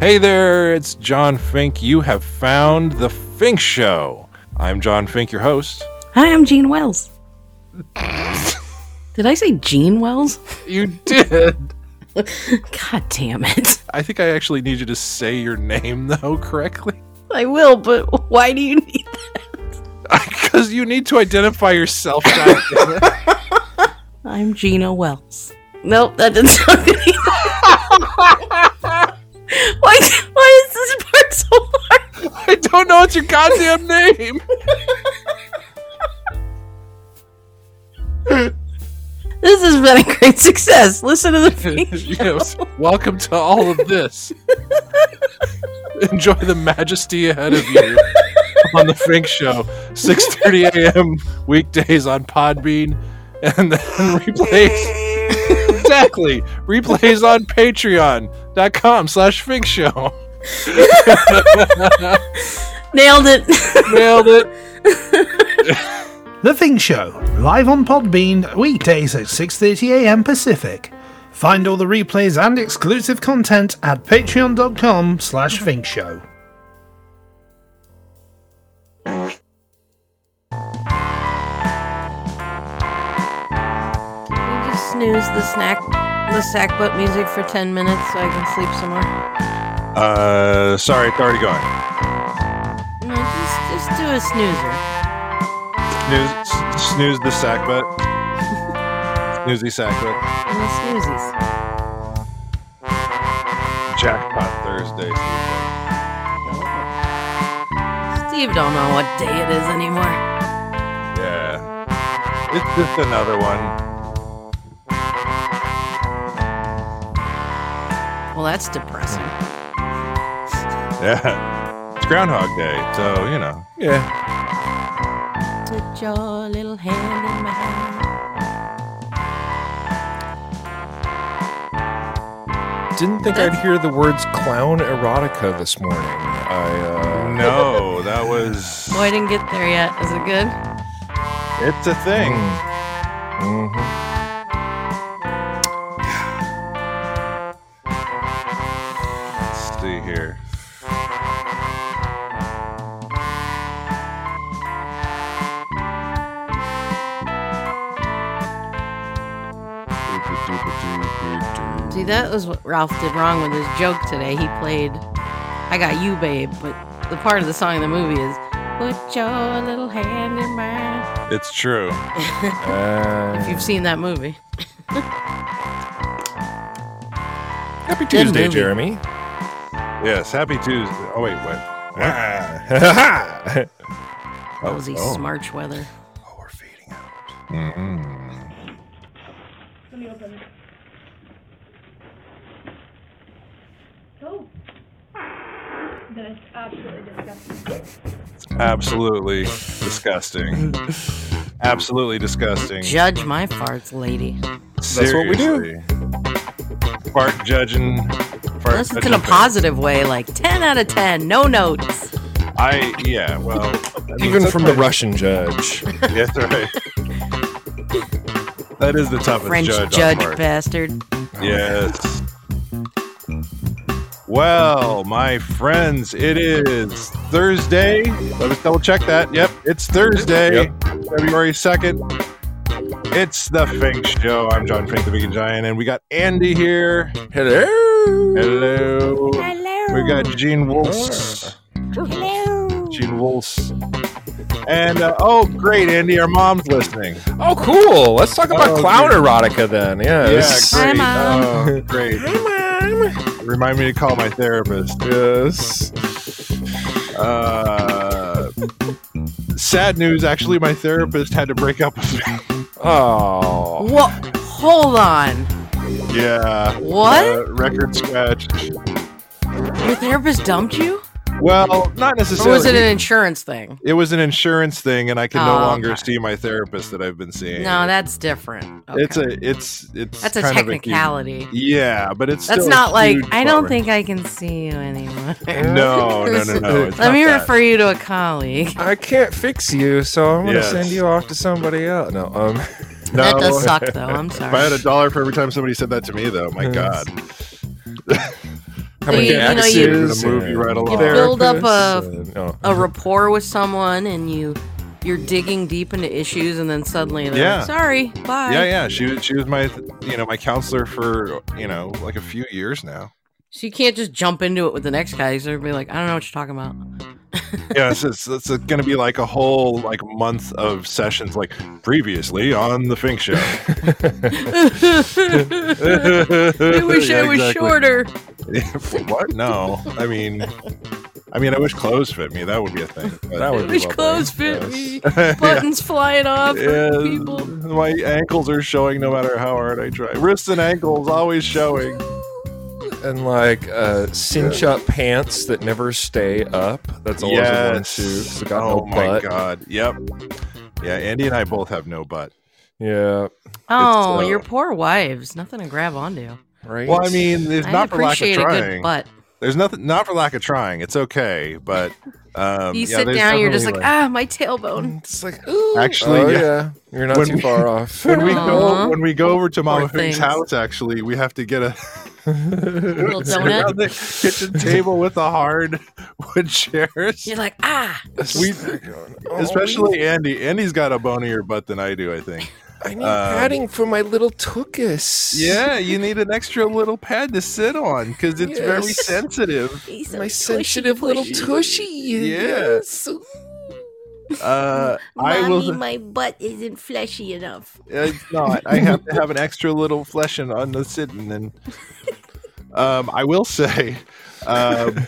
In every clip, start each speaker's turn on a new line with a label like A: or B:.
A: Hey there, it's John Fink. You have found The Fink Show. I'm John Fink, your host.
B: Hi, I'm Gene Wells. Did I say Gene Wells?
A: You did.
B: God damn it.
A: I think I actually need you to say your name, though, correctly.
B: I will, but why do you need that?
A: Because you need to identify yourself. goddammit.
B: I'm Gina Wells. Nope, that didn't sound good either. why, why is this part so hard?
A: I don't know it's your goddamn name.
B: This has been a great success. Listen to the feed.
A: Yes. Welcome to all of this. Enjoy the majesty ahead of you on the Fink Show, 6:30 a.m. weekdays on Podbean, and then replays exactly replays on Patreon.com/slash Fink Show.
B: Nailed it.
A: Nailed it.
C: The Thing Show, live on Podbean, weekdays at 6.30am Pacific. Find all the replays and exclusive content at patreon.com slash Show.
B: Can you just snooze the snack, the sack butt music for 10 minutes so I can sleep some more?
A: Uh, sorry, it's already gone.
B: No, just, just do a snoozer.
A: Snooze, s- snooze the sack butt. Snoozy sack butt.
B: And the snoozies.
A: Jackpot Thursday.
B: Steve don't know what day it is anymore.
A: Yeah. It's just another one.
B: Well, that's depressing.
A: Yeah. It's Groundhog Day, so, you know. Yeah.
B: Put your little hand in my hand.
D: Didn't think I'd hear the words clown erotica this morning. I, uh,
A: No, that was.
B: Boy, I didn't get there yet. Is it good?
A: It's a thing.
D: uh, mhm.
A: Let's see here.
B: See, that was what Ralph did wrong with his joke today. He played I Got You, Babe, but the part of the song in the movie is Put your little hand in mine.
A: It's true.
D: Uh,
B: If you've seen that movie.
D: happy Tuesday,
B: movie.
D: Jeremy.
A: Yes, happy Tuesday. Oh, wait, what?
D: Ah.
B: That was a smarch weather.
A: Oh, we're fading out.
E: Oh. That's absolutely disgusting.
A: Absolutely disgusting. Absolutely disgusting.
B: Judge my farts, lady.
D: That's what we do.
A: Seriously. Fart judging. Fart
B: This is in
A: judging
B: a
A: thing.
B: positive way, like 10 out of 10, no notes.
A: I yeah. Well, I mean,
D: Even from the
A: sometimes-
D: Russian judge.
A: Yeah, that's right. that is the toughest
B: French
A: judge. on
B: judge
A: fart.
B: bastard.
A: Yes. Well, my friends, it is Thursday. Let us double check that. Yep, it's Thursday,
D: Yep.
A: February 2nd. It's the Fink Show. I'm John Fink, the Vegan Giant, and we got Andy here.
D: Hello.
A: Hello.
E: Hello.
A: We got Gene Wolfs.
E: Hello.
A: Gene Wolfs. And uh, oh, great, Andy, our mom's listening.
D: Oh, cool. Let's talk about
A: Oh,
D: clown
A: good.
D: erotica then. Yeah. this-
B: Hi, Mom.
A: Oh, great. Remind me to call my therapist.
D: Yes.
A: Uh, sad news. Actually, my therapist had to break up with me.
D: Oh.
B: What? Hold on.
A: Yeah.
B: What?
A: Uh, record scratch.
B: Your therapist dumped you?
A: Well, not
B: Or
A: necessarily.
B: was it an insurance thing?
A: It was an insurance thing, and I can no
B: Oh,
A: longer
B: okay.
A: see my therapist that I've been seeing.
B: No, that's different.
A: it's
B: Okay.
A: a it's it's
B: That's a
A: kind of huge-
B: technicality.
A: yeah, but it's
B: That's
A: still a
B: not like
A: huge
B: I don't
A: bummer.
B: think I can see you anymore.
A: No, no, no, no. It's
B: Let
A: not
B: me
A: that.
B: refer you to a colleague.
D: I can't fix you, so I'm gonna
A: Yes.
D: send you off to somebody else. No, um,
A: No.
B: That does suck, though. I'm
A: If I
B: sorry.
A: had a dollar for every time somebody said that to me, though, my
D: Yes.
A: God. How
B: So
A: many
B: you- you know,
A: axes
B: you-
A: and a movie right along
B: build up
A: therapists and- oh.
D: uh,
B: a rapport with someone and you you're digging deep into issues and then suddenly they're
A: Yeah.
B: like, sorry, bye.
A: Yeah, yeah. She was she was my you know my counselor for you know like a few years now.
B: So you can't just jump into it with the next guy because they're gonna be like, I don't know what you're talking about.
A: Yeah, it's, it's, it's going to be like a whole like month of sessions like previously on the Fink Show.
B: I wish I was shorter.
A: what? No, I mean, I mean, I wish clothes fit me. That would be a thing. That
B: I
A: would
B: wish
A: be lovely.
B: clothes fit
A: Yes.
B: me.
A: Yeah.
B: Buttons flying off
A: Yeah,
B: for people.
A: my ankles are showing no matter how hard I try. Wrists and ankles always showing. And like uh, cinch up pants that never stay up. That's
D: always a one-two,
A: So
D: so got
A: oh
D: no
A: my
D: butt.
A: god. Yep. Yeah, Andy and I both have no butt.
D: Yeah.
B: Oh,
A: uh,
B: your poor wives. Nothing to grab onto.
D: Right.
A: Well, I mean, it's
B: I
A: not for lack of
B: appreciate a
A: trying.
B: good butt.
A: There's nothing not for lack of trying. It's okay, but um,
B: You
A: yeah,
B: sit
A: there's
B: down, you're just like,
A: definitely,
B: ah, my tailbone.
D: It's like, ooh.
A: Actually,
D: Oh,
A: yeah.
D: yeah. You're not
A: When
D: too
A: we-
D: far off.
A: When we
B: Aw.
A: go when we go over to Mama
B: Poor
A: Hook's
B: things.
A: house, actually, we have to get a
B: Little
A: around
B: donut.
A: the kitchen table with the hard wood chairs.
B: You're like, ah.
A: We,
D: Oh,
A: especially Andy. Andy's got a bonier butt than I do. I think.
D: I need
A: um,
D: padding for my little tuchus.
A: Yeah, you need an extra little pad to sit on because it's very
D: Yes.
A: sensitive.
B: He's so
D: My
B: tushy,
D: sensitive little
B: tushy.
D: tushy.
A: Yes. Uh, I
F: Mommy,
A: will.
F: my butt isn't fleshy enough.
A: It's not. I have to have an extra little fleshing on the sitting, and um, I will say, um,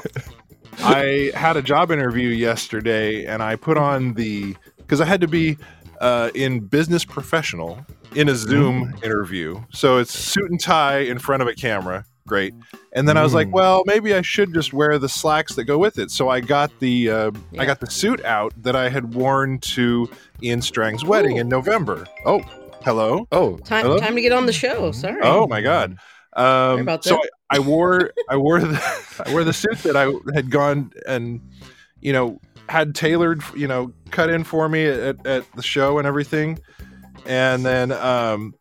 A: I had a job interview yesterday, and I put on the because I had to be uh, in business professional in a Zoom interview, so it's suit and tie in front of a camera. Great. And then I was like,
D: Mm.
A: well, maybe I should just wear the slacks that go with it. So I got the uh,
B: Yeah.
A: I got the suit out that I had worn to Ian Strang's wedding in November. Oh, hello.
D: Oh,
B: Time,
A: Hello?
B: time to get on the show. Sorry.
A: Oh my god. Um,
B: Mm-hmm. about
A: so
B: that.
A: I, I wore I wore the I wore the suit that I had gone and you know had tailored you know cut in for me at, at the show and everything, and then um,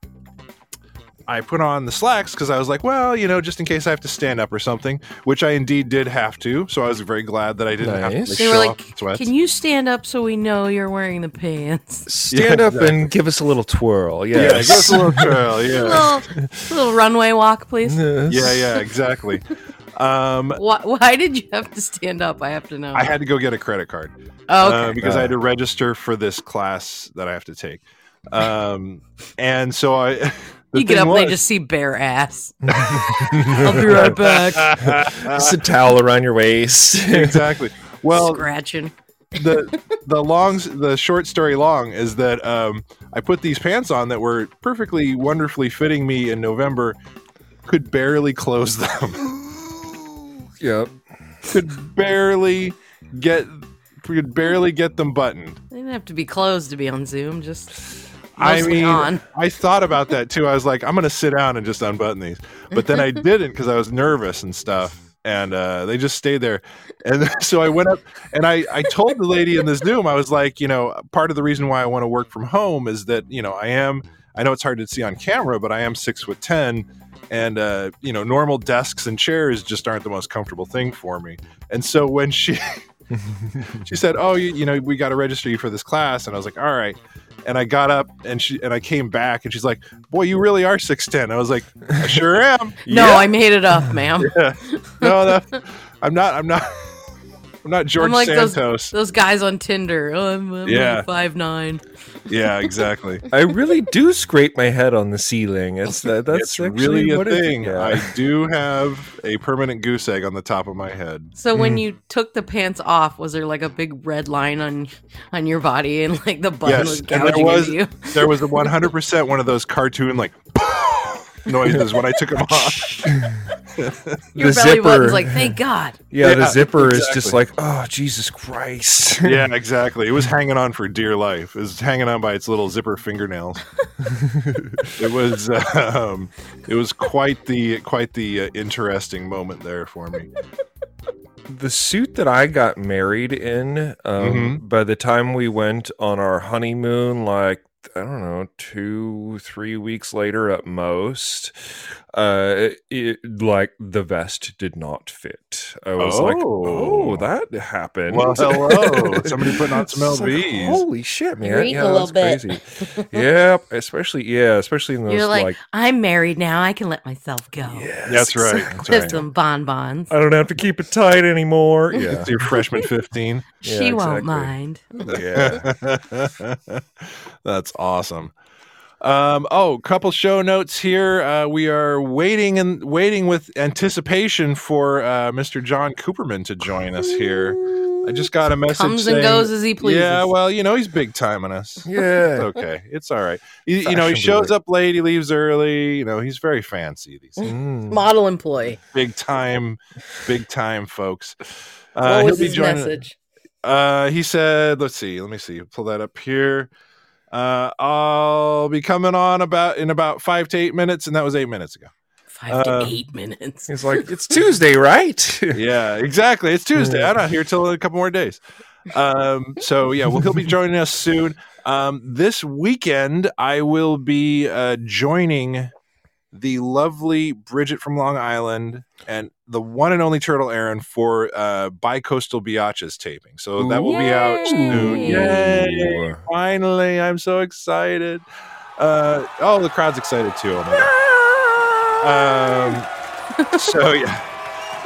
A: I put on the slacks because I was like, well, you know, just in case I have to stand up or something, which I indeed did have to. So I was very glad that I didn't have to
D: Nice.
A: like,
B: They
A: show
B: were
A: off
B: like,
A: in sweats.
B: can you stand up so we know you're wearing the pants?
D: stand
A: Yeah,
D: up and give us a little twirl.
A: yeah,
D: Yes.
A: give us a little trail, yeah,
B: little, little runway walk, please.
D: Yes.
A: yeah, yeah, exactly. Um,
B: Why, why did you have to stand up? I have to know.
A: I had to go get a credit card.
B: oh,
A: uh,
B: okay.
A: because I had to register for this class that I have to take. Um, and so I, the
B: you
A: thing
B: get up and
A: was-
B: they just see bare ass. I'll be right back.
D: Just a towel around your waist.
A: exactly. Well,
B: Scratching.
A: the the long the short story long is that um, I put these pants on that were perfectly wonderfully fitting me in November. Could barely close them.
D: yep.
A: could barely get could barely get them buttoned.
B: They didn't have to be closed to be on Zoom. Just
A: I
B: mostly
A: mean,
B: on.
A: I thought about that too. I was like, I'm gonna sit down and just unbutton these, but then I didn't because I was nervous and stuff. And uh, they just stayed there, and so I went up and I, I told the lady in this Zoom, I was like, you know, part of the reason why I want to work from home is that you know I am, I know it's hard to see on camera, but I am six foot ten, and uh, you know, normal desks and chairs just aren't the most comfortable thing for me. And so when she she said, "Oh, you, you know, we got to register you for this class," and I was like, "All right." And I got up and she and I came back and she's like, "Boy, you really are six ten. I was like, "I sure am."
B: No, I made it up, ma'am.
A: no, no, I'm not. I'm not. I'm not George
B: I'm like those-
A: Santos.
B: Those guys on Tinder. Oh, I'm, I'm
A: Yeah.
B: five nine.
A: Yeah, exactly.
D: I really do scrape my head on the ceiling. It's that, that's
A: it's
D: actually
A: really a
D: what it-
A: thing.
D: yeah.
A: I do have a permanent goose egg on the top of my head.
B: So when you took the pants off, was there like a big red line on on your body and like the button
A: Yes,
B: was
A: and there
B: gouging
A: was
B: into you?
A: there was a 100 percent one of those cartoon like noises when I took them off.
B: Your
D: the
B: belly button's
D: zipper.
B: like, thank God.
D: yeah, the
A: Yeah,
D: zipper is
A: exactly.
D: just like, oh, Jesus Christ.
A: Yeah, exactly. It was hanging on for dear life. It was hanging on by its little zipper fingernails. it was um, it was quite the quite the uh, interesting moment there for me.
D: the suit that I Mm-hmm. got married in, um, by the time we went on our honeymoon, like I don't know, two, three weeks later at most, uh, it, like the vest did not fit. I was like,
A: Oh.
D: oh, that happened.
A: Well, hello. Somebody putting on some
D: It's like,
A: LVs.
D: Holy shit, man.
F: Reading
D: yeah,
F: a little
D: that's
F: bit.
D: crazy. yep. Especially, yeah, especially in those
B: You're like, "Oh,
D: like,
B: I'm married now. I can let myself go.
D: yes,
A: That's right. Uh,
D: exactly.
B: With some bonbons.
D: I don't have to keep it tight anymore. Yeah.
A: It's your freshman 15.
D: yeah,
B: she
D: exactly.
B: won't mind.
A: Mm.
D: Yeah.
A: That's awesome. Um, oh, couple show notes here. Uh, we are waiting and waiting with anticipation for uh, Mr. John Cooperman to join us here. I just got a message.
B: Comes and
A: saying-
B: goes as he pleases.
A: Yeah, well, you know he's big timing us. It's
D: Yeah.
A: okay, it's all right. You, you know he
D: Fashionably
A: shows up late, he leaves early. You know he's very fancy. These
D: Mm.
B: Model employee.
A: big time, big time folks. Uh,
F: what
A: he'll
F: was
A: be
F: his
A: joining-
F: message?
A: uh, he said, let's see, let me see, pull that up here. Uh, I'll be coming on about in about five to eight minutes, and that was eight minutes ago.
B: Five
A: Uh,
B: to eight minutes.
D: He's like, it's Tuesday, right?
A: Yeah, exactly. It's Tuesday. I'm not here till a couple more days. Um, so yeah, well, he'll be joining us soon. Um, this weekend, I will be uh, joining the lovely Bridget from Long Island and the one and only Turtle Aaron for uh, Bicoastal Biatches taping. So that will be out soon. Yay!
D: Ooh.
A: finally i'm so excited uh oh the crowd's excited too oh my God. um so yeah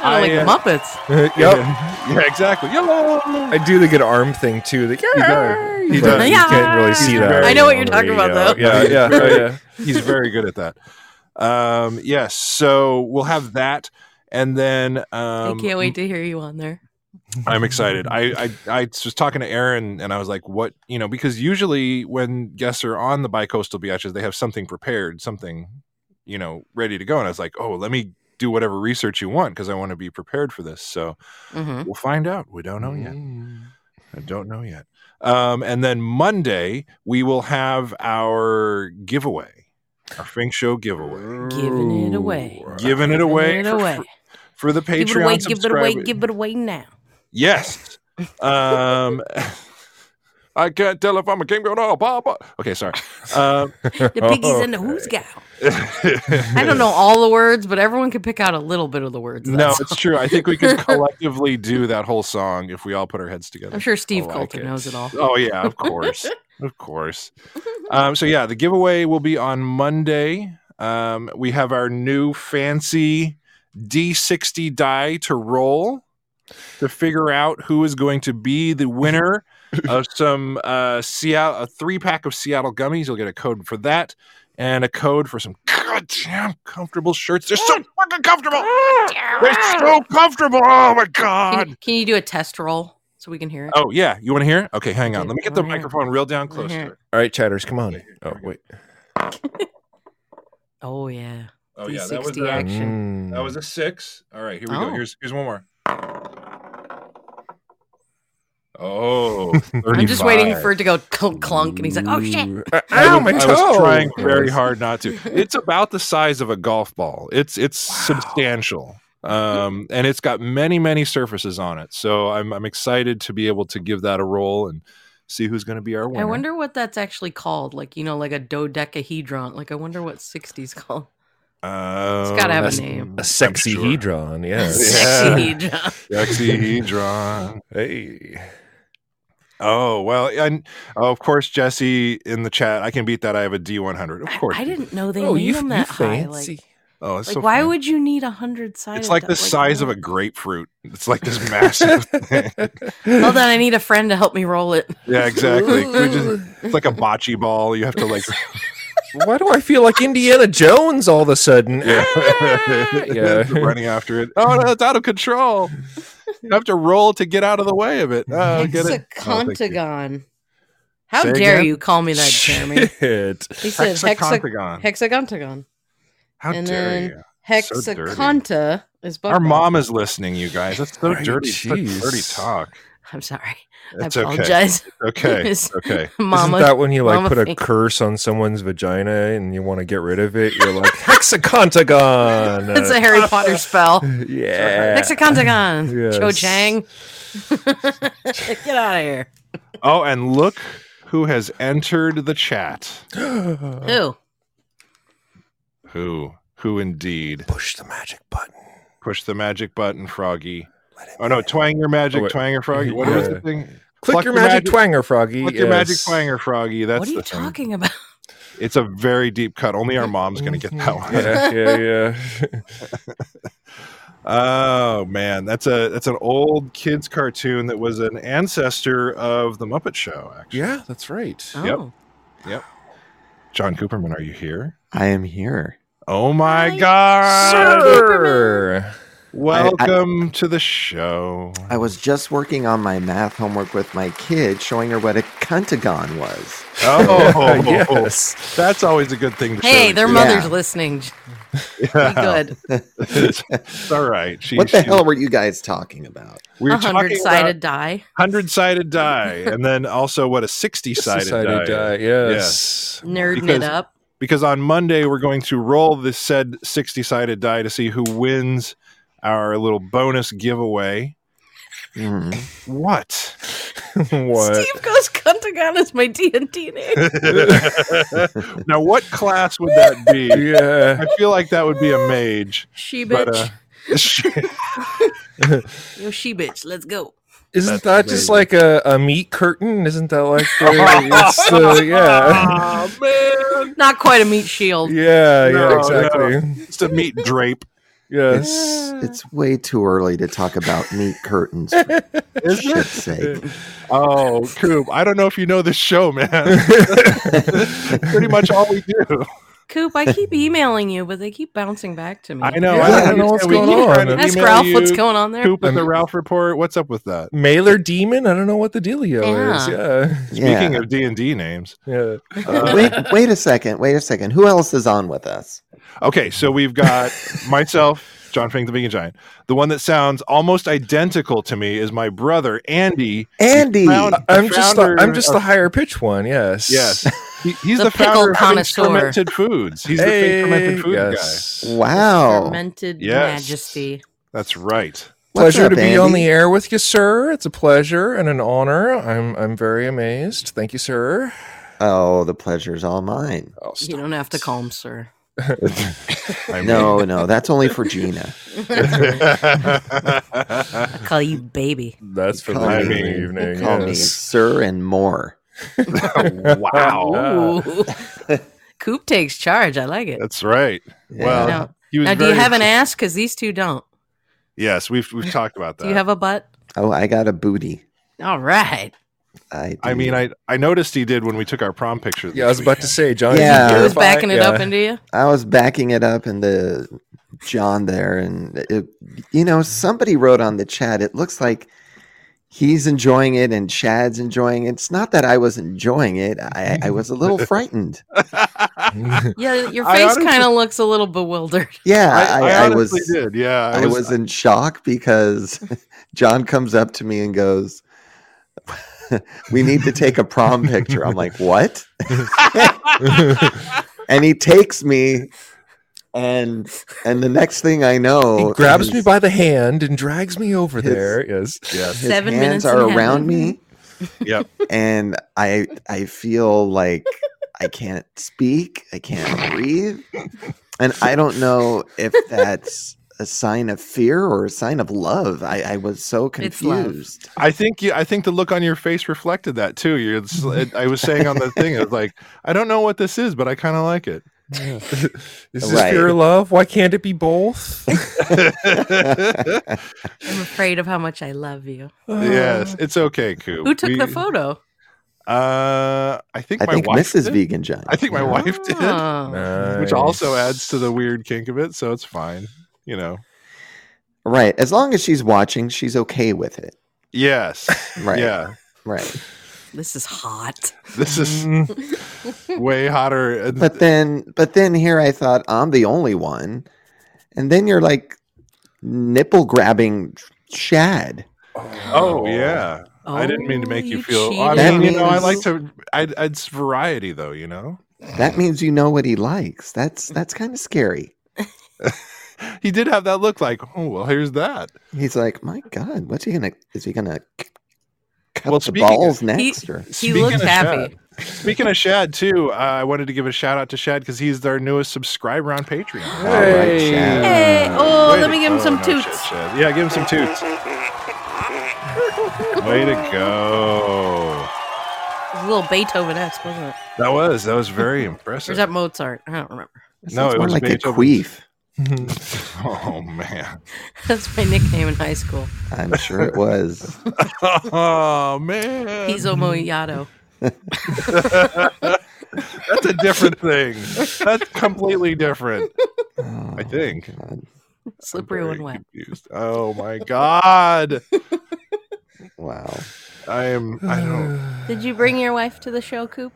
B: I, like
A: I, uh,
B: Muppets.
D: yep.
A: yeah exactly Yellow.
D: I do the good arm thing too. The, yeah.
A: He does.
D: You can't really see that.
A: I
B: know what you're
D: on the
B: talking about,
D: radio.
B: though.
D: Yeah, yeah, oh, yeah.
A: he's very good at that um yes so we'll have that and then um
B: I can't wait to hear you on there.
A: I'm excited. I, I I was talking to Aaron and I was like, what you know, because usually when guests are on the bicoastal biatches, they have something prepared, something, you know, ready to go. And I was like, oh, let me do whatever research you want because I want to be prepared for this. So
B: hmm
A: we'll find out. We don't know yet. I don't know yet. Um, and then Monday we will have our giveaway, our Fink Show giveaway.
B: Giving it away.
A: Giving it away,
B: Give it
A: for-
B: away.
A: For, the Patreon
B: Give it away. Give it away.
A: subscribers.
B: Give it away now.
A: Yes. Um, I can't tell if I'm a king or not. Bah, bah. Okay, sorry. Um,
B: The piggies and the who's gal. I don't know all the words, but everyone can pick out a little bit of the words.
A: no,
B: that's all.
A: it's true. I think we could collectively do that whole song if we all put our heads together.
B: I'm sure
A: I
B: Steve
A: like
B: Coulter
A: it.
B: knows it all.
A: Oh yeah, of course, of course. Um, so yeah, the giveaway will be on Monday. Um, we have our new fancy D60 die to roll to figure out who is going to be the winner of some uh, Seattle a three pack of Seattle gummies. You'll get a code for that and a code for some goddamn comfortable shirts. They're so fucking comfortable. They're so comfortable. Oh my god.
B: Can you, can you do a test roll so we can hear it?
A: Oh yeah, you want to hear it? Okay, hang on.
B: Okay,
A: Let me get
B: I
A: the
B: wanna hear it.
A: microphone real down
B: I wanna
A: close
B: hear
A: to
B: it.
A: it.
D: All right, chatters, come on. Oh wait.
B: Oh, yeah.
A: Oh yeah, that was
B: 360
A: a,
B: action.
A: that
D: Mm.
A: was a six. All right, here we
B: Oh.
A: go. Here's here's one more. Oh,
B: I'm just waiting for it to go clunk, clunk, and he's like, "Oh shit!"
A: I
D: Ow, my
A: was,
D: toe.
A: I was trying very
D: Yes.
A: hard not to. It's about the size of a golf ball. It's it's substantial. Um, and it's got many many surfaces on it. So I'm I'm excited to be able to give that a roll and see who's going to be our winner.
B: I wonder what that's actually called. Like you know, like a dodecahedron. Like I wonder what 60s called.
A: Um,
B: gotta have a
A: that's-
B: name.
D: A sexy
A: sure.
D: hedron, yeah.
B: Sexahedron.
A: Dexahedron.
D: Hey.
A: Oh well, and oh, of course, Jesse in the chat. I can beat that. I have a D one hundred. Of course.
B: I, I didn't know they
D: oh,
B: made
D: you,
B: them
D: you
B: that high. Like,
D: fancy.
A: Oh, it's
B: like
A: so
B: why
A: funny.
B: would you need a hundred sided?
A: It's like the size of a grapefruit. It's like this massive. thing.
B: Hold on, I need a friend to help me roll it.
A: yeah, exactly. We just- it's like a bocce ball. You have to like.
D: Why do I feel like Indiana Jones all of a sudden?
A: Yeah.
D: Yeah.
A: running after it. Oh no, it's out of control. You have to roll to get out of the way of it. Oh, get it. Oh, thank you.
B: Hexacontagon. How
A: Say
B: dare
A: again?
B: you call me that, Jeremy?
D: Shit.
B: He said hexa-
A: Hexacontagon.
B: hexagontagon.
A: How
B: and
A: dare
B: then-
A: you? So dirty.
B: Hexaconta is butt
A: Our
B: ball.
A: mom is listening, you guys. That's so
D: Right,
A: dirty. such
D: jeez.
A: dirty talk.
B: I'm sorry.
A: It's
B: I
A: okay.
B: apologize,
A: Okay.
B: Miss
A: Okay.
B: Mama.
D: Isn't that when you like
B: Mama
D: put a
B: Fink.
D: curse on someone's vagina and you want to get rid of it? You're like hexacontagon. Uh,
B: That's a Harry Potter spell.
D: yeah.
B: Hexacontagon.
D: Yes.
B: Cho Chang. Get out of here.
A: Oh, and look who has entered the chat. Uh,
B: Who?
A: Who? Who indeed?
D: Push the magic button.
A: Push the magic button, Froggy.
D: Let it
A: Oh no, twang your magic,
D: Oh, wait.
A: twang your Froggy. What was
D: Yeah.
A: the thing?
D: Click
A: Pluck
D: your
A: your
D: magic, twanger, Froggy.
A: Click your magic
D: yes.
A: twang or Froggy. That's
B: what are
A: the
B: you
A: thing.
B: talking about?
A: It's a very deep cut. Only our mom's gonna get that one.
D: Mm-hmm. yeah, yeah, yeah.
A: Oh man, that's a that's an old kids cartoon that was an ancestor of the Muppet Show. Actually,
D: yeah, that's right.
B: Oh.
A: Yep. John Cooperman, are you here?
G: I am here.
A: Oh my
F: Hi,
A: God!
D: Sir.
A: Welcome to the show.
G: I was just working on my math homework with my kid, showing her what a cuntagon was.
A: Oh
D: yes.
A: that's always a good thing to
B: Hey,
A: show.
B: their
A: the
B: mother's
G: Yeah.
B: listening.
A: kids.
B: Be good.
A: it's, it's all right. She,
G: What the
A: she-
G: hell were you guys talking about?
A: We
B: a
A: were talking
B: hundred sided die.
A: hundred sided die, and then also what a sixty sided die.
D: Decided die. Yes.
B: Nerding
A: Because-
B: it up.
A: because on Monday we're going to roll this said 60 sided die to see who wins our little bonus giveaway.
G: Mhm.
D: Mm.
A: What?
D: what?
B: Steve goes Cuntagon is my D and D
A: uh,
B: name.
A: now, what class would that be?
D: Yeah.
A: I feel like that would be a mage.
B: She bitch.
A: But, uh,
B: Yo, she bitch. Let's go.
D: Isn't
A: That's
D: that just
A: amazing.
D: like a, a meat curtain? Isn't that like the, it's the yeah.
A: oh, man.
B: Not quite a meat shield.
D: Yeah,
A: No,
D: yeah, exactly.
A: It's a meat drape.
D: Yes.
G: It's it's way too early to talk about meat curtains. For shit's sake!
A: Oh, Coop. I don't know if you know this show, man. Pretty much all we do.
B: Coop, I keep emailing you, but they keep bouncing back to me.
A: I know.
D: Yeah,
A: I
D: I
A: don't know what's going on.
B: Ask Ralph what's going on there.
A: Coop with the Ralph report. What's up with that?
D: Mailer demon? I don't know what the dealio is.
A: Speaking
G: yeah.
A: of D and D names,
D: Yeah.
G: wait, wait a second. Wait a second. Who else is on with us?
A: Okay, so we've got myself, John Fink, the vegan giant. The one that sounds almost identical to me is my brother Andy.
G: Andy.
A: Found-
D: Yeah. I'm just the,
A: founder
D: I'm just the
A: of-
D: higher pitch one, yes.
A: yes. He- he's
B: The
A: the, founder
B: pickle
A: of Having
B: connoisseur.
A: fermented foods. He's
D: Hey,
A: the Fink fermented food guy.
D: yes.
G: wow.
B: Fermented
A: Yes.
B: majesty.
A: That's right.
G: What's
D: pleasure
G: up,
D: to be on
G: Andy?
D: the air with you, sir. It's a pleasure and an honor. I'm I'm very amazed. Thank you, sir.
G: Oh, the pleasure's all mine.
D: Oh,
B: You don't have to call him sir.
A: I
G: No, no, that's only for Gina.
B: I call you baby.
D: That's for
G: Call
D: the
A: me-
D: evening. evening
G: Call me
D: yes.
G: sir and more.
A: mean, wow.
D: Oh,
B: Ooh. Coop takes charge. I like it.
A: Uh, That's right. Well,
B: Now-
A: he was
B: Now, do you
A: very-
B: have an ass? Because these two don't.
A: Yes, we've we've talked about that.
B: Do you have a butt?
G: Oh, I got a booty.
B: All right.
G: I,
A: I
G: do.
A: mean, I I noticed he did when we took our prom picture.
D: Yeah, I was about to say, John.
G: Yeah.
B: He
G: He
B: was
G: was
B: backing it up
D: and
B: into you.
G: I was backing it up in the John there, and it, you know, somebody wrote on the chat. It looks like he's enjoying it, and Chad's enjoying it. It's not that I was enjoying it. I, I was a little frightened.
B: Yeah, your
A: I
B: face
A: honestly-
B: kind of looks a little bewildered.
G: Yeah,
A: I,
G: I,
A: I
G: I,
A: honestly
G: was.
A: did. Yeah,
G: I was in shock because John comes up to me and goes, "We need to take a prom picture." I'm like, "What?" and he takes me, and and the next thing I know,
D: he grabs me
G: his-
D: by the hand and drags me over
G: Oh, His-
D: there. Yes.
A: Yes.
G: his
B: Seven minutes in
G: hands
B: Mm-hmm.
G: are
B: heaven.
G: around me,
A: Yep.
G: and I I feel like I can't speak, I can't breathe, and I don't know if that's a sign of fear or a sign of love. I, I was so
B: It's love.
G: confused.
A: I think you, I think the look on your face reflected that too. You're, it's, it, I was saying on the thing, I was like, I don't know what this is, but I kind of like it.
D: Is this
G: Right.
D: pure love? Why can't it be both?
B: I'm afraid of how much I love you.
A: yes, it's okay, Coop.
B: Who took
A: We-
B: the photo?
A: Uh, I think
G: I
A: my
G: think
A: wife.
G: Mrs.
A: did.
G: Vegan Giant.
A: I think
B: Ah.
A: my wife did,
B: Oh.
A: which also adds to the weird kink of it. So it's fine, you know.
G: Right. As long as she's watching, she's okay with it.
A: Yes.
G: Right.
A: Yeah.
G: Right.
B: This is hot.
A: This is
D: Mm.
A: way hotter. And
G: But then but then here I thought I'm the only one. And then you're like nipple grabbing Chad.
A: oh yeah, I didn't mean to make you feel. I
G: cheated.
A: mean, you know, I
G: That
A: like to. I, it's variety, though. You know,
G: That means you know what he likes. That's that's kind of scary.
A: he did have that look. Like, oh well, here's that.
G: He's like, "My god, what's he going to is he going to cut
A: Well,
G: the
A: speaking of-
G: balls
B: He,
G: next?" or
B: he
A: Speaking
B: looked
A: of
B: happy.
A: Chad, Speaking of Shad, too, uh, I wanted to give a shout out to Shad because he's our newest subscriber on Patreon.
G: All right, Chad.
B: Hey, oh,
A: Way
B: let
A: to
B: me give him
A: go.
B: some
A: No,
B: toots.
A: shit, shit. Yeah, give him some toots. Way to go.
B: It was a little Beethoven-esque, wasn't it?
A: That was that was very
B: Or is
A: impressive.
B: that Mozart? I don't remember.
A: no,
G: It's
A: it
G: more
A: was
G: like a
A: Beethoven.
G: queef.
A: Oh man.
B: That's my nickname in high school.
G: I'm sure it was.
A: Oh man.
B: He's Omoyato.
A: That's a different thing. That's completely different.
G: Oh
A: I think.
B: Slippery
A: Very
B: when wet.
A: confused. Oh my god.
G: Wow.
A: I am I don't
B: Did you bring your wife to the show, Coop?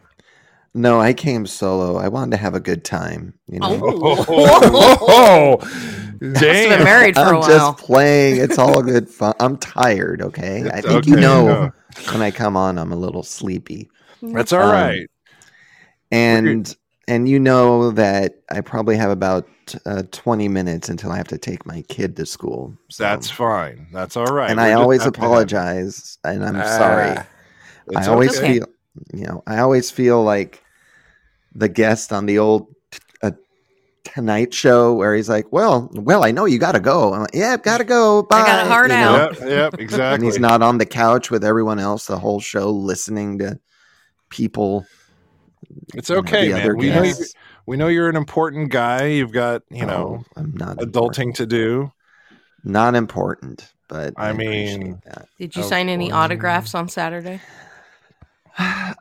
G: No, I came solo. I wanted to have a good time. You know,
D: Oh,
B: Must have been
A: damn.
B: married for a
G: I'm
B: while.
G: just playing. It's all good fun. I'm tired. Okay, I think you
A: okay,
G: know
A: no.
G: when I come on, I'm a little sleepy,
A: That's all
G: Um,
A: right.
G: and and you know that I probably have about uh, 20 minutes until I have to take my kid to school. So-
A: That's fine. That's all right.
G: and
A: We're
G: I
A: just
G: always
A: happy to have you.
G: apologize, and I'm sorry.
D: Ah,
G: I
A: It's
G: always
B: okay.
G: feel, you know, I always feel like the guest on the old t- uh, Tonight Show, where he's like, "Well, well, I know you got to go." I'm like, "Yeah, I've got to go." Bye.
B: I got a hard
G: you
B: out.
A: Yep, yep,
G: And
A: exactly.
G: he's not on the couch with everyone else the whole show, listening to people.
A: it's
G: you know,
A: okay,
G: the other
A: man. We know, you,
G: guests.
A: we know you're an important guy. You've got, you know,
G: No, I'm not important.
A: adulting to do.
G: Not important, but
A: I
G: appreciate
A: mean-
G: that.
B: Did you
A: Oh,
B: sign any
A: boy.
B: autographs on Saturday?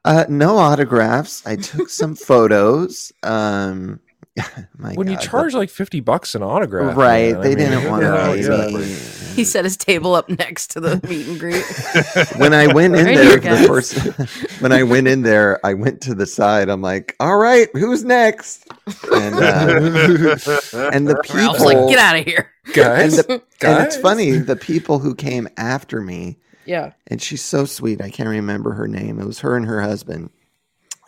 G: Uh, no autographs. I took some photos. Um, my
D: when you
G: God,
D: charge like 50 bucks an autograph.
G: right?
D: man, I
G: they
D: mean,
G: didn't want to
A: yeah,
G: pay
A: exactly.
G: me.
B: He set his table up next to the meet and greet.
G: When I went in
B: Right,
G: there
B: you
G: for the first, when I went in there, I went to the side. I'm like, "All right, who's next?" And uh, and the people
B: Ralph's like, get out of here.
G: and,
D: Guys,
G: the, and
D: guys.
G: it's funny the people who came after me
B: Yeah.
G: and she's so sweet. I can't remember her name. It was her and her husband.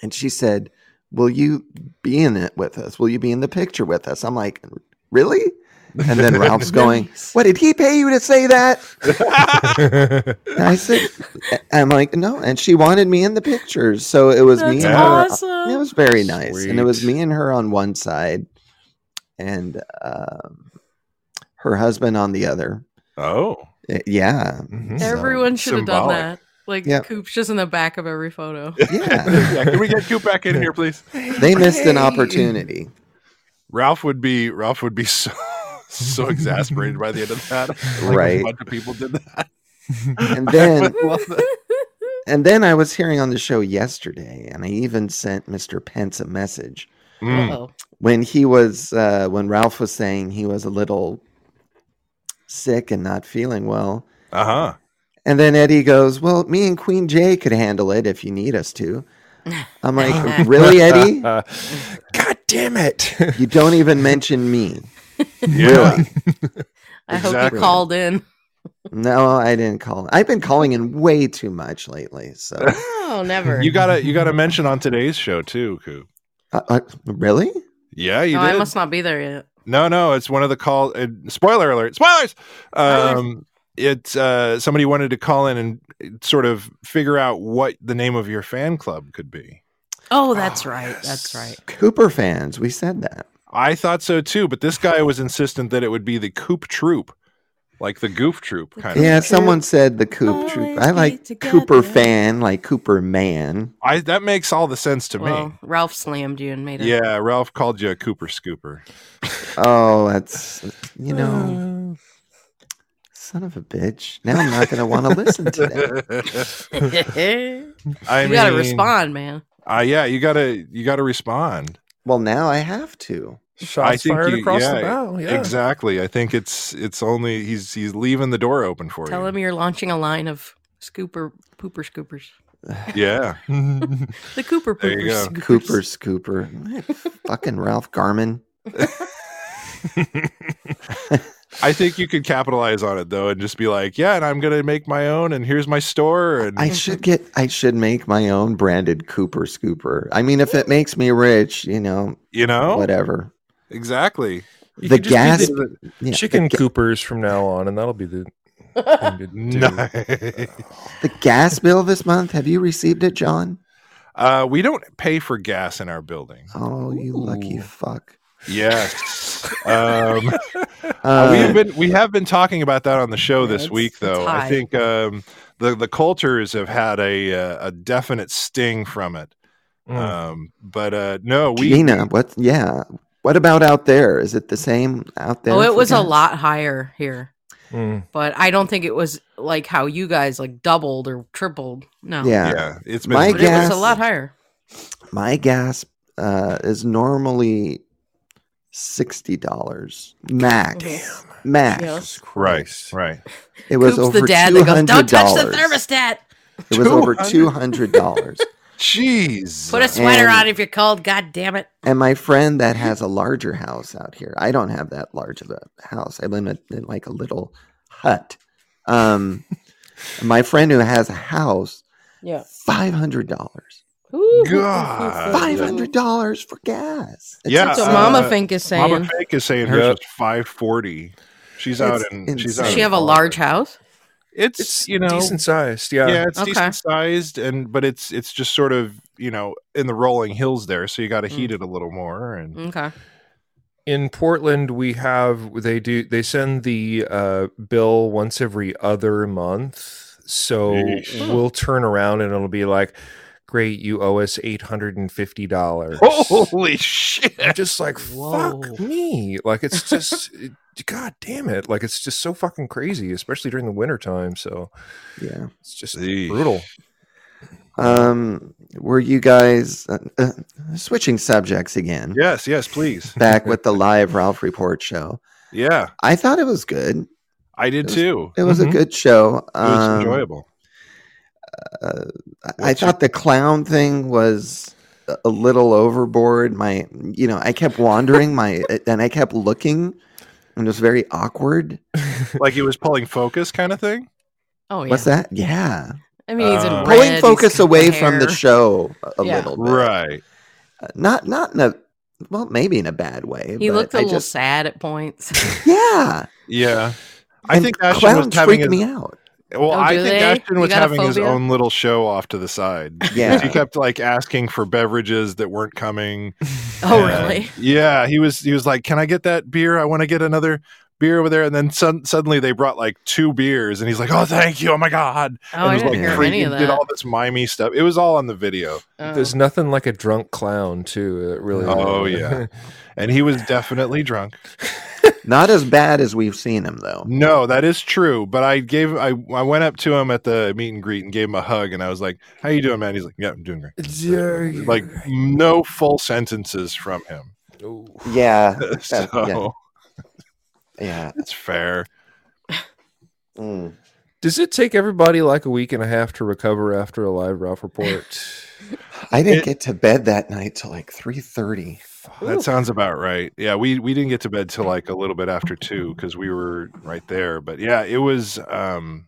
G: And she said, Will you be in it with us? Will you be in the picture with us? I'm like, Really? And then Ralph's going, What did he pay you to say that? And I said, I'm like, No. And she wanted me in the pictures. So it was me
B: That's
G: and
B: awesome.
G: her. It was very nice. And it was
D: Sweet.
G: me and her on one side and um, her husband on the other.
A: Oh.
G: Uh, Yeah.
A: Mhm.
B: Everyone should have done
A: Symbolic.
B: that. Like,
G: Yeah.
B: Coop's just in the back of every photo.
G: Yeah.
A: yeah, can we get Coop back in here, please?
G: They missed an opportunity.
A: Ralph would be Ralph would be so so exasperated by the end of that. Like,
G: Right.
A: A bunch of people did that.
G: and then
A: I love that.
G: and then I was hearing on the show yesterday, and I even sent Mr. Pence a message Hmm,
A: Mm.
B: Uh-oh.
G: when he was uh, when Ralph was saying he was a little sick and not feeling well.
A: Uh-huh.
G: And then Eddie goes, "Well, me and Queen Jay could handle it if you need us to." I'm like, "Really, Eddie?
D: Uh, God damn it.
G: You don't even mention me."
A: Yeah.
B: I hope
A: Exactly.
B: you called in.
G: No, I didn't call. I've been calling in way too much lately. So,
B: Oh, never.
A: You gotta you gotta mention on today's show too, Coop.
G: uh, uh, really?
A: Yeah, you
B: no,
A: did.
B: Oh, I must not be there yet.
A: No, no, it's one of the call. Uh, spoiler alert! Spoilers. Um, it's uh, somebody wanted to call in and uh, sort of figure out what the name of your fan club could be.
B: Oh, that's right. That's right.
G: Cooper fans, we said that.
A: I thought so too, but this guy was insistent that it would be the Coop Troop, like the Goof Troop kind of.
G: Yeah, someone said the Coop Troop.
F: Always
G: I
F: be
G: like
F: together.
G: Cooper fan, like Cooper man.
A: I that makes all the sense to
B: Well,
A: me.
B: Ralph slammed you and made it.
A: Yeah, Ralph called you a Cooper Scooper.
G: Oh, that's you know, son of a bitch. Now I'm not gonna want to listen to that.
B: you
A: I mean,
B: gotta respond, man.
A: Uh, yeah, you gotta you gotta respond.
G: Well, now I have to.
D: Shots
A: I think
D: fired
A: you-
D: across
A: yeah,
D: the bow. Yeah.
A: Exactly. I think it's it's only he's he's leaving the door open for
B: Tell
A: you.
B: him you're launching a line of scooper pooper scoopers.
A: Yeah.
B: The Cooper
A: There you
B: poopers. scoopers.
G: Cooper Scooper, fucking Ralph Garman.
A: I think you could capitalize on it though and just be like, yeah, and I'm gonna make my own and here's my store and
G: I should get. I should make my own branded Cooper Scooper. I mean, if it makes me rich, you know,
A: you know
G: whatever.
A: exactly.
D: Oh, You
G: the
D: could just do
G: gas-
D: the
G: Yeah, the
D: chicken
G: ga-
D: coopers from now on, and that'll be the. thing to do.
A: Nice.
G: the gas bill this month. Have you received it, John?
A: Uh, we don't pay for gas in our building.
G: Oh, you lucky
D: Ooh.
G: fuck.
A: Yes. um,
G: Uh,
A: we've been we have been talking about that on the show this
B: It's-
A: week,
B: it's
A: though. I
B: high.
A: think um, the the cultures have had a uh, a definite sting from it.
D: Mm,
A: Um, but uh, no, we
G: Mm. Gina, what? Yeah. What about out there? Is it the same out there?
B: Oh, it
G: for
B: was a
G: gas?
B: lot higher here,
D: Mm.
B: but I don't think it was like how you guys like doubled or tripled. No.
G: Yeah.
A: yeah, it's been
G: My
B: But it was
G: gas-
B: a lot higher.
G: My gas uh, is normally sixty dollars max. Max.
F: Yes.
A: right, right.
G: It was
B: Coops
G: over
B: the dad
G: two
B: that goes, "Don't
G: hundred
B: touch the
G: dollars.
B: thermostat.
G: It was over
A: $200.
G: two hundred dollars.
A: Jeez,
B: Put a sweater
G: And-
B: on if you're cold. God damn it."
G: and my friend that has a larger house out here, I don't have that large of a house. I live in, a, in like a little hut. Um, my friend who has a house,
B: Yeah.
G: five hundred dollars.
A: God.
G: Five hundred dollars for gas. It's
A: Uh, Yeah,
B: That's what
A: uh,
B: Mama Fink is saying.
A: Mama Fake is saying hers
D: Yep.
A: was five forty. She's out
G: It's
A: in. She's out
B: Does
G: insane.
A: in
B: she have a
A: Florida.
B: large house?
A: It's,
D: It's
A: you know
D: decent sized. Yeah.
A: yeah, it's
B: Okay.
A: decent sized and but it's it's just sort of you know in the rolling hills there, so you got to
B: Mm.
A: heat it a little more and
B: Okay.
D: In Portland, we have they do they send the uh, bill once every other month, so
A: Yeesh.
B: Hmm.
D: we'll turn around and it'll be like, "Great, you owe us eight hundred and fifty dollars."
B: Mm.
A: holy shit.
D: I'm just like
B: Whoa.
D: fuck me like it's just it- god damn it like it's just so fucking crazy especially during the winter time so
G: Yeah.
D: it's just
A: Eesh.
D: brutal
G: Um, were you guys uh, uh, switching subjects again?
A: Yes, yes, please.
G: Back with the live Ralph Report show.
A: Yeah,
G: I thought it was good.
A: I did
G: It was-
A: too.
G: It was
D: Mhm.
G: a good show.
A: Mm-hmm. It was
G: Um,
A: enjoyable.
G: uh, I- I
A: What's your-
G: thought the clown thing was a- a little overboard. My, you know, I kept wandering my, and I kept looking, and it was very awkward.
A: Like it was pulling focus kind of thing.
B: Oh yeah.
G: What's that? Yeah,
B: I mean, he's in
A: Uh,
B: red,
G: pulling
B: he's
G: focus
B: got
G: away from the
B: hair.
G: show a, a
B: Yeah.
G: little bit.
A: Right.
G: Uh, Not, not in a, well, maybe in a bad way.
B: He
G: but
B: looked a
G: I
B: little
G: just,
B: sad at points.
G: yeah.
A: Yeah. I
G: And
A: think Ashton
G: clowns
A: was having
G: freak
A: his,
G: me out.
A: well,
B: Oh,
A: I
B: do
A: think
B: they?
A: Ashton
B: You
A: was
B: got a
A: having his
B: phobia?
A: own little show off to the side.
G: Yeah.
A: He kept like asking for beverages that weren't coming.
B: oh
A: And,
B: really?
A: Yeah, he was he was like, "Can I get that beer? I want to get another beer over there." And then sud suddenly they brought like two beers, and he's like, "Oh, thank you! Oh my god!"
B: Oh, I
A: and
B: didn't
A: was
B: hear
A: freaking-
B: any of
A: Did
B: that.
A: all this mimey stuff. It was all on the video,
B: Oh.
D: there's nothing like a drunk clown too it really
A: Oh, yeah. and he was definitely drunk.
G: Not as bad as we've seen him though.
A: No, that is true. But I gave I I went up to him at the meet and greet and gave him a hug, and I was like, "How you doing, man?" He's like, "Yeah, I'm doing great."
D: yeah
A: Like no full sentences from him.
G: Yeah,
A: so
G: yeah. yeah.
A: it's fair.
G: Mm.
D: does it take everybody like a week and a half to recover after a live ralph report
G: I didn't
A: It-
G: get to bed that night till like three thirty.
A: That sounds about right. Yeah, we we didn't get to bed till like a little bit after two because we were right there. But yeah, it was. um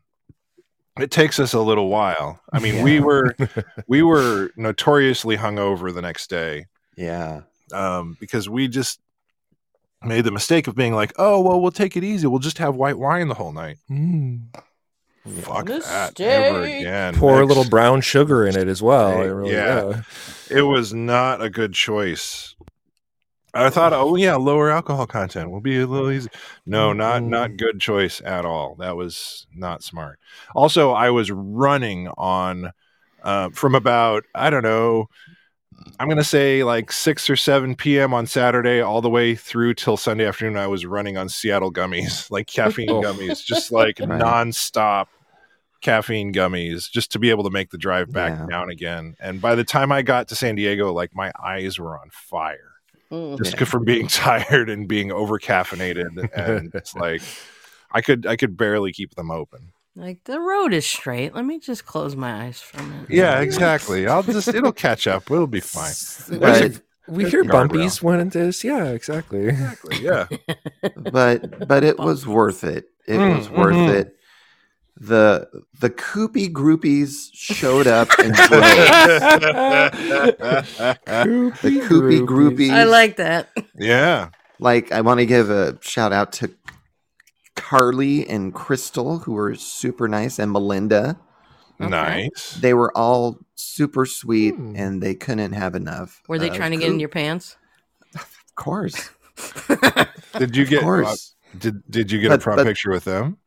A: It takes us a little while. I mean, we were we were notoriously hungover the next day
G: Yeah.
A: um, because we just made the mistake of being like, oh well, we'll take it easy. We'll just have white wine the whole night. Fuck that never
B: Mistake.
A: again.
D: pour a
A: Next-
D: little brown sugar in it as well It really-
A: Yeah. It was not a good choice. I thought, oh yeah, lower alcohol content will be a little easy. No, not not good choice at all. That was not smart. Also, I was running on uh, from about I don't know. I'm gonna say like six or seven p.m. on Saturday, all the way through till Sunday afternoon. I was running on Seattle gummies, like caffeine
D: Oh.
A: gummies, just like
G: Right.
A: nonstop caffeine gummies just to be able to make the drive back
G: Yeah.
A: down again. And by the time I got to San Diego, like my eyes were on fire
B: Mm.
A: just
G: Yeah.
A: from being tired and being over caffeinated. And it's like I could I could barely keep them open.
B: Like the road is straight. Let me just close my eyes for a minute.
A: Yeah, exactly. I'll just it'll catch up. It'll be fine.
G: But
D: we hear
A: Guardrail.
D: bumpies when it is yeah exactly
A: Exactly. Yeah.
G: but but it was worth it. It
A: Mm,
G: was worth
A: mhm.
G: it. The the Koopy groupies showed up in droves. The Koopy groupies.
B: I like that.
A: yeah.
G: like I want to give a shout out to Carly and Crystal who were super nice and Melinda.
B: Okay.
A: Nice.
G: They were all super sweet
H: Hmm.
G: and they couldn't have enough.
B: Were they
G: of
B: trying to get in
G: Coop.
B: your pants?
G: Of course.
A: Did you
G: Of
A: get uh,
G: course.
A: did did you get a
G: But-
A: front
G: but-
A: picture with them?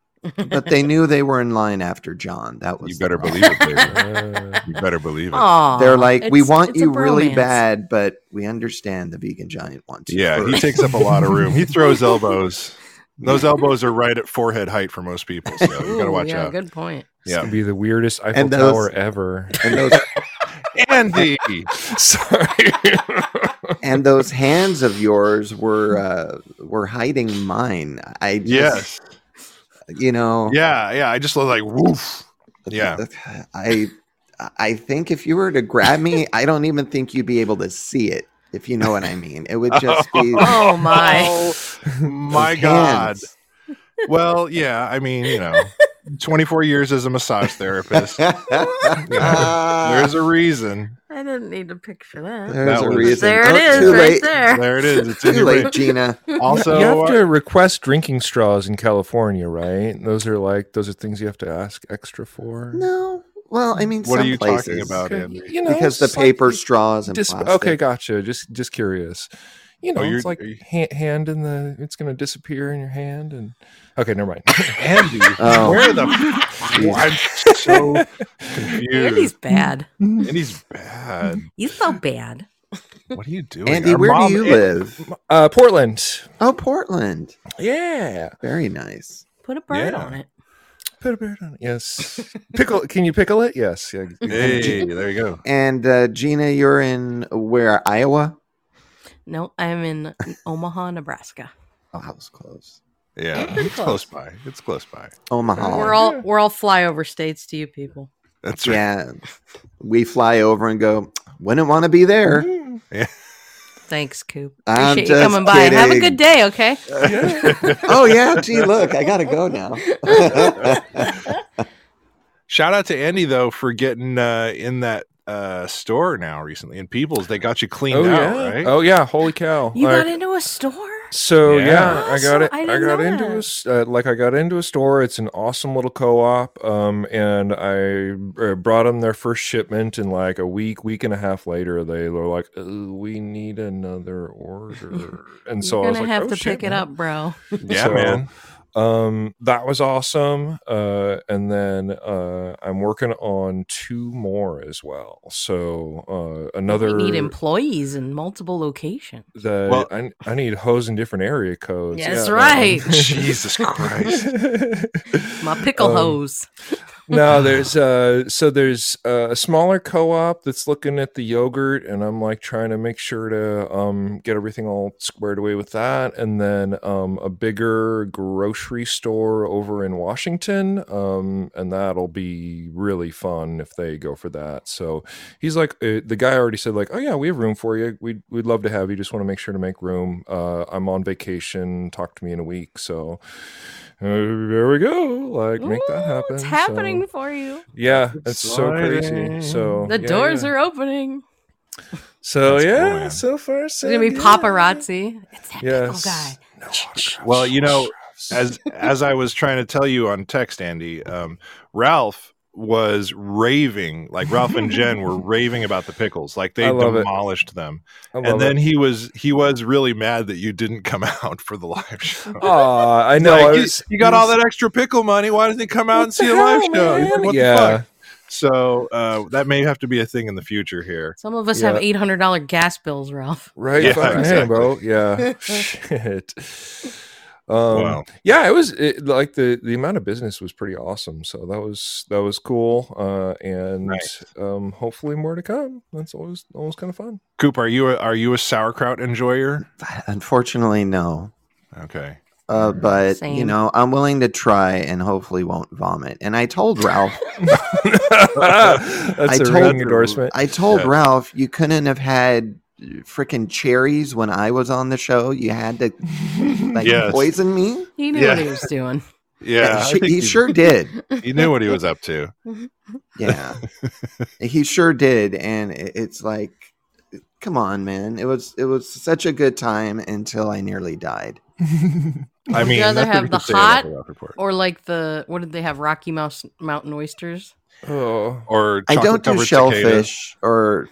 G: but they knew they were in line after John. That was
A: You
G: the
A: better
G: problem.
A: believe it. Baby.
D: Uh,
A: You better believe it.
B: Aw,
G: They're like, we
B: it's-
G: want
B: it's a
G: you really
B: bromance.
G: bad, but we understand the vegan giant wants you.
A: Yeah, he
G: first."
A: takes up a lot of room. He throws elbows. Those elbows are right at forehead height for most people, so you got to
B: Ooh,
A: watch
B: yeah,
A: out.
B: Good point.
D: It's
A: Yeah,
D: gonna be the weirdest Eiffel
G: And those-
D: Tower ever.
G: and those
A: Andy.
D: Sorry.
G: and those hands of yours were uh, were hiding mine. I just,
A: Yes.
G: you know,
A: Yeah, yeah. I just look like woof. Yeah.
G: I I think if you were to grab me, I don't even think you'd be able to see it. If you know what I mean, it would just be
B: Oh my!
A: My
G: those
A: God.
G: hands.
A: Well, yeah. I mean, you know, 24 years as a massage therapist. There's a reason.
B: I didn't need to picture that.
G: There's
A: that
G: a
A: was-
G: reason.
B: There
G: Oh,
B: it is,
G: too
B: right
G: late.
B: there.
A: There it is. It's in
G: Too
A: your
G: late,
A: brain.
G: Gina.
A: Also, uh,
D: you have
G: uh,
D: to request drinking straws in California, right? Those are like those are things you have to ask extra for.
G: No. Well, I mean,
A: what are
G: some
A: you
G: places,
A: talking about, Andy?
D: You know,
G: Because the
D: it's like-
G: paper straws and
D: Dis-
G: plastic.
D: okay, gotcha. Just just curious. You know,
A: Oh, you're-
D: it's like
A: are you-
D: hand, hand in the. It's gonna disappear in your hand, and okay, never mind.
A: Andy,
G: Oh.
A: where the? I'm so
B: Andy's
A: confused.
B: bad.
A: Andy's bad.
F: You so bad.
A: What are you doing,
G: Andy,
A: Our
G: where
A: mom-
G: do you live?
D: Uh, Portland.
G: Oh, Portland.
D: Yeah.
G: Very nice.
B: Put a bird
A: Yeah.
B: on it.
D: Put a bird on it. Yes. Pickle. Can you pickle it? Yes. Yeah.
A: Hey, there you go.
G: And uh, Gina, you're in where? Iowa?
B: No, I'm in Omaha, Nebraska.
G: Oh, that was close.
A: Yeah, it's close by. It's close by.
G: Omaha.
B: We're all we're all flyover states to you people.
A: That's right.
G: yeah. We fly over and go, wouldn't want to be there.
B: Thanks, Coop.
G: I'm
B: Appreciate you
G: just
B: coming by. Have a
G: kidding.
B: good day. Okay.
G: oh, yeah. Gee, look, I got to go now.
A: Shout out to Andy though for getting uh, in that uh, store now recently in People's. They got you cleaned
D: Oh
A: out,
D: yeah.
A: right?
D: Oh yeah. Holy cow.
B: You
D: Like-
B: got into a store.
D: So
A: Yeah.
D: yeah, I got
B: Awesome.
D: it.
B: I
D: I,
B: didn't
D: got
B: know
D: into
B: that.
D: a s- uh, like I got into a store. It's an awesome little co-op, um, and I uh, brought them their first shipment, and like a week, week and a half later, they were like, oh, "We need another order," and so
B: You're
D: I was
B: gonna
D: like,
B: have
D: "Oh,
B: to
D: shit,
B: pick it
D: man."
B: up, bro.
A: yeah,
D: So,
A: man.
D: Um, that was awesome. Uh, and then uh, I'm working on two more as well. So uh, another
B: We need employees in multiple locations.
D: the
A: Well-
D: I, I need hose in different area codes.
B: That's
D: Yeah, um,
B: right.
A: Jesus Christ.
B: My pickle
D: Um,
B: hose.
D: no, there's uh, so there's uh, a smaller co-op that's looking at the yogurt, and I'm like trying to make sure to um get everything all squared away with that, and then um a bigger grocery store over in Washington, um and that'll be really fun if they go for that. So he's like, uh, the guy already said like, oh yeah, we have room for you. We'd we'd love to have you. Just want to make sure to make room. Uh, I'm on vacation. Talk to me in a week. So. uh, there we go. Like, make that
B: Ooh,
D: happen.
B: It's
D: So-
B: happening for you.
D: yeah, it's so
A: Exciting.
D: crazy. So
B: The
D: yeah,
B: doors
D: yeah.
B: are opening.
D: So
A: That's cool,
D: yeah,
A: man.
D: so far so
B: It's gonna be
D: good.
B: paparazzi. It's that
D: Yes.
B: pickle
D: No autographs,
A: Well, you
D: no
A: know,
D: autographs.
A: as as I was trying to tell you on text, Andy, um, Ralph was raving like Ralph and Jen were raving about the pickles, like they
D: I love it.
A: demolished them.
D: I love
A: And then
D: it.
A: he was he was really mad that you didn't come out for the live show.
D: Aw, I know.
A: Like,
D: I
A: you-
D: was-
A: you, got all
D: was-
A: that extra pickle money. Why didn't he come out and see a
D: the
A: live
D: hell,
A: show?
D: man?
A: What
D: yeah.
A: the fuck? So uh, that may have to be a thing in the future here.
B: Some of us
D: Yeah.
B: have eight hundred dollar gas bills, Ralph.
D: Right,
A: Yeah,
D: yeah, fucking
A: exactly.
D: hey, bro. Yeah, shit. Um,
A: Wow.
D: Yeah, it was it, like the the amount of business was pretty awesome. So that was that was cool, uh, and
A: Nice.
D: um, hopefully more to come. That's always always kind of fun.
A: Coop, are you a, are you a sauerkraut enjoyer?
G: Unfortunately, no.
A: Okay.
G: Uh, but you
B: Same.
G: know, I'm willing to try and hopefully won't vomit. And I told Ralph,
D: That's
G: I
D: a
G: told
D: ringing
G: you.
D: endorsement.
G: I told
A: Yeah.
G: Ralph, you couldn't have had freaking cherries when I was on the show. You had to like
A: Yes.
G: poison me.
B: He knew
A: Yeah.
B: what he was doing.
A: Yeah, I
G: She-
A: think
G: he sure did.
A: he knew what he was up to.
G: Yeah, he sure did. And it- it's like, come on, man. It was it was such a good time until I nearly died.
A: I mean,
B: rather
A: that's what
B: have
A: we
B: the
A: should say about
B: hot
A: Rock Report.
B: Or like the what did they have? Rocky Mouse Mountain oysters.
D: Oh,
A: or
G: I don't do
A: chocolate-covered
G: shellfish or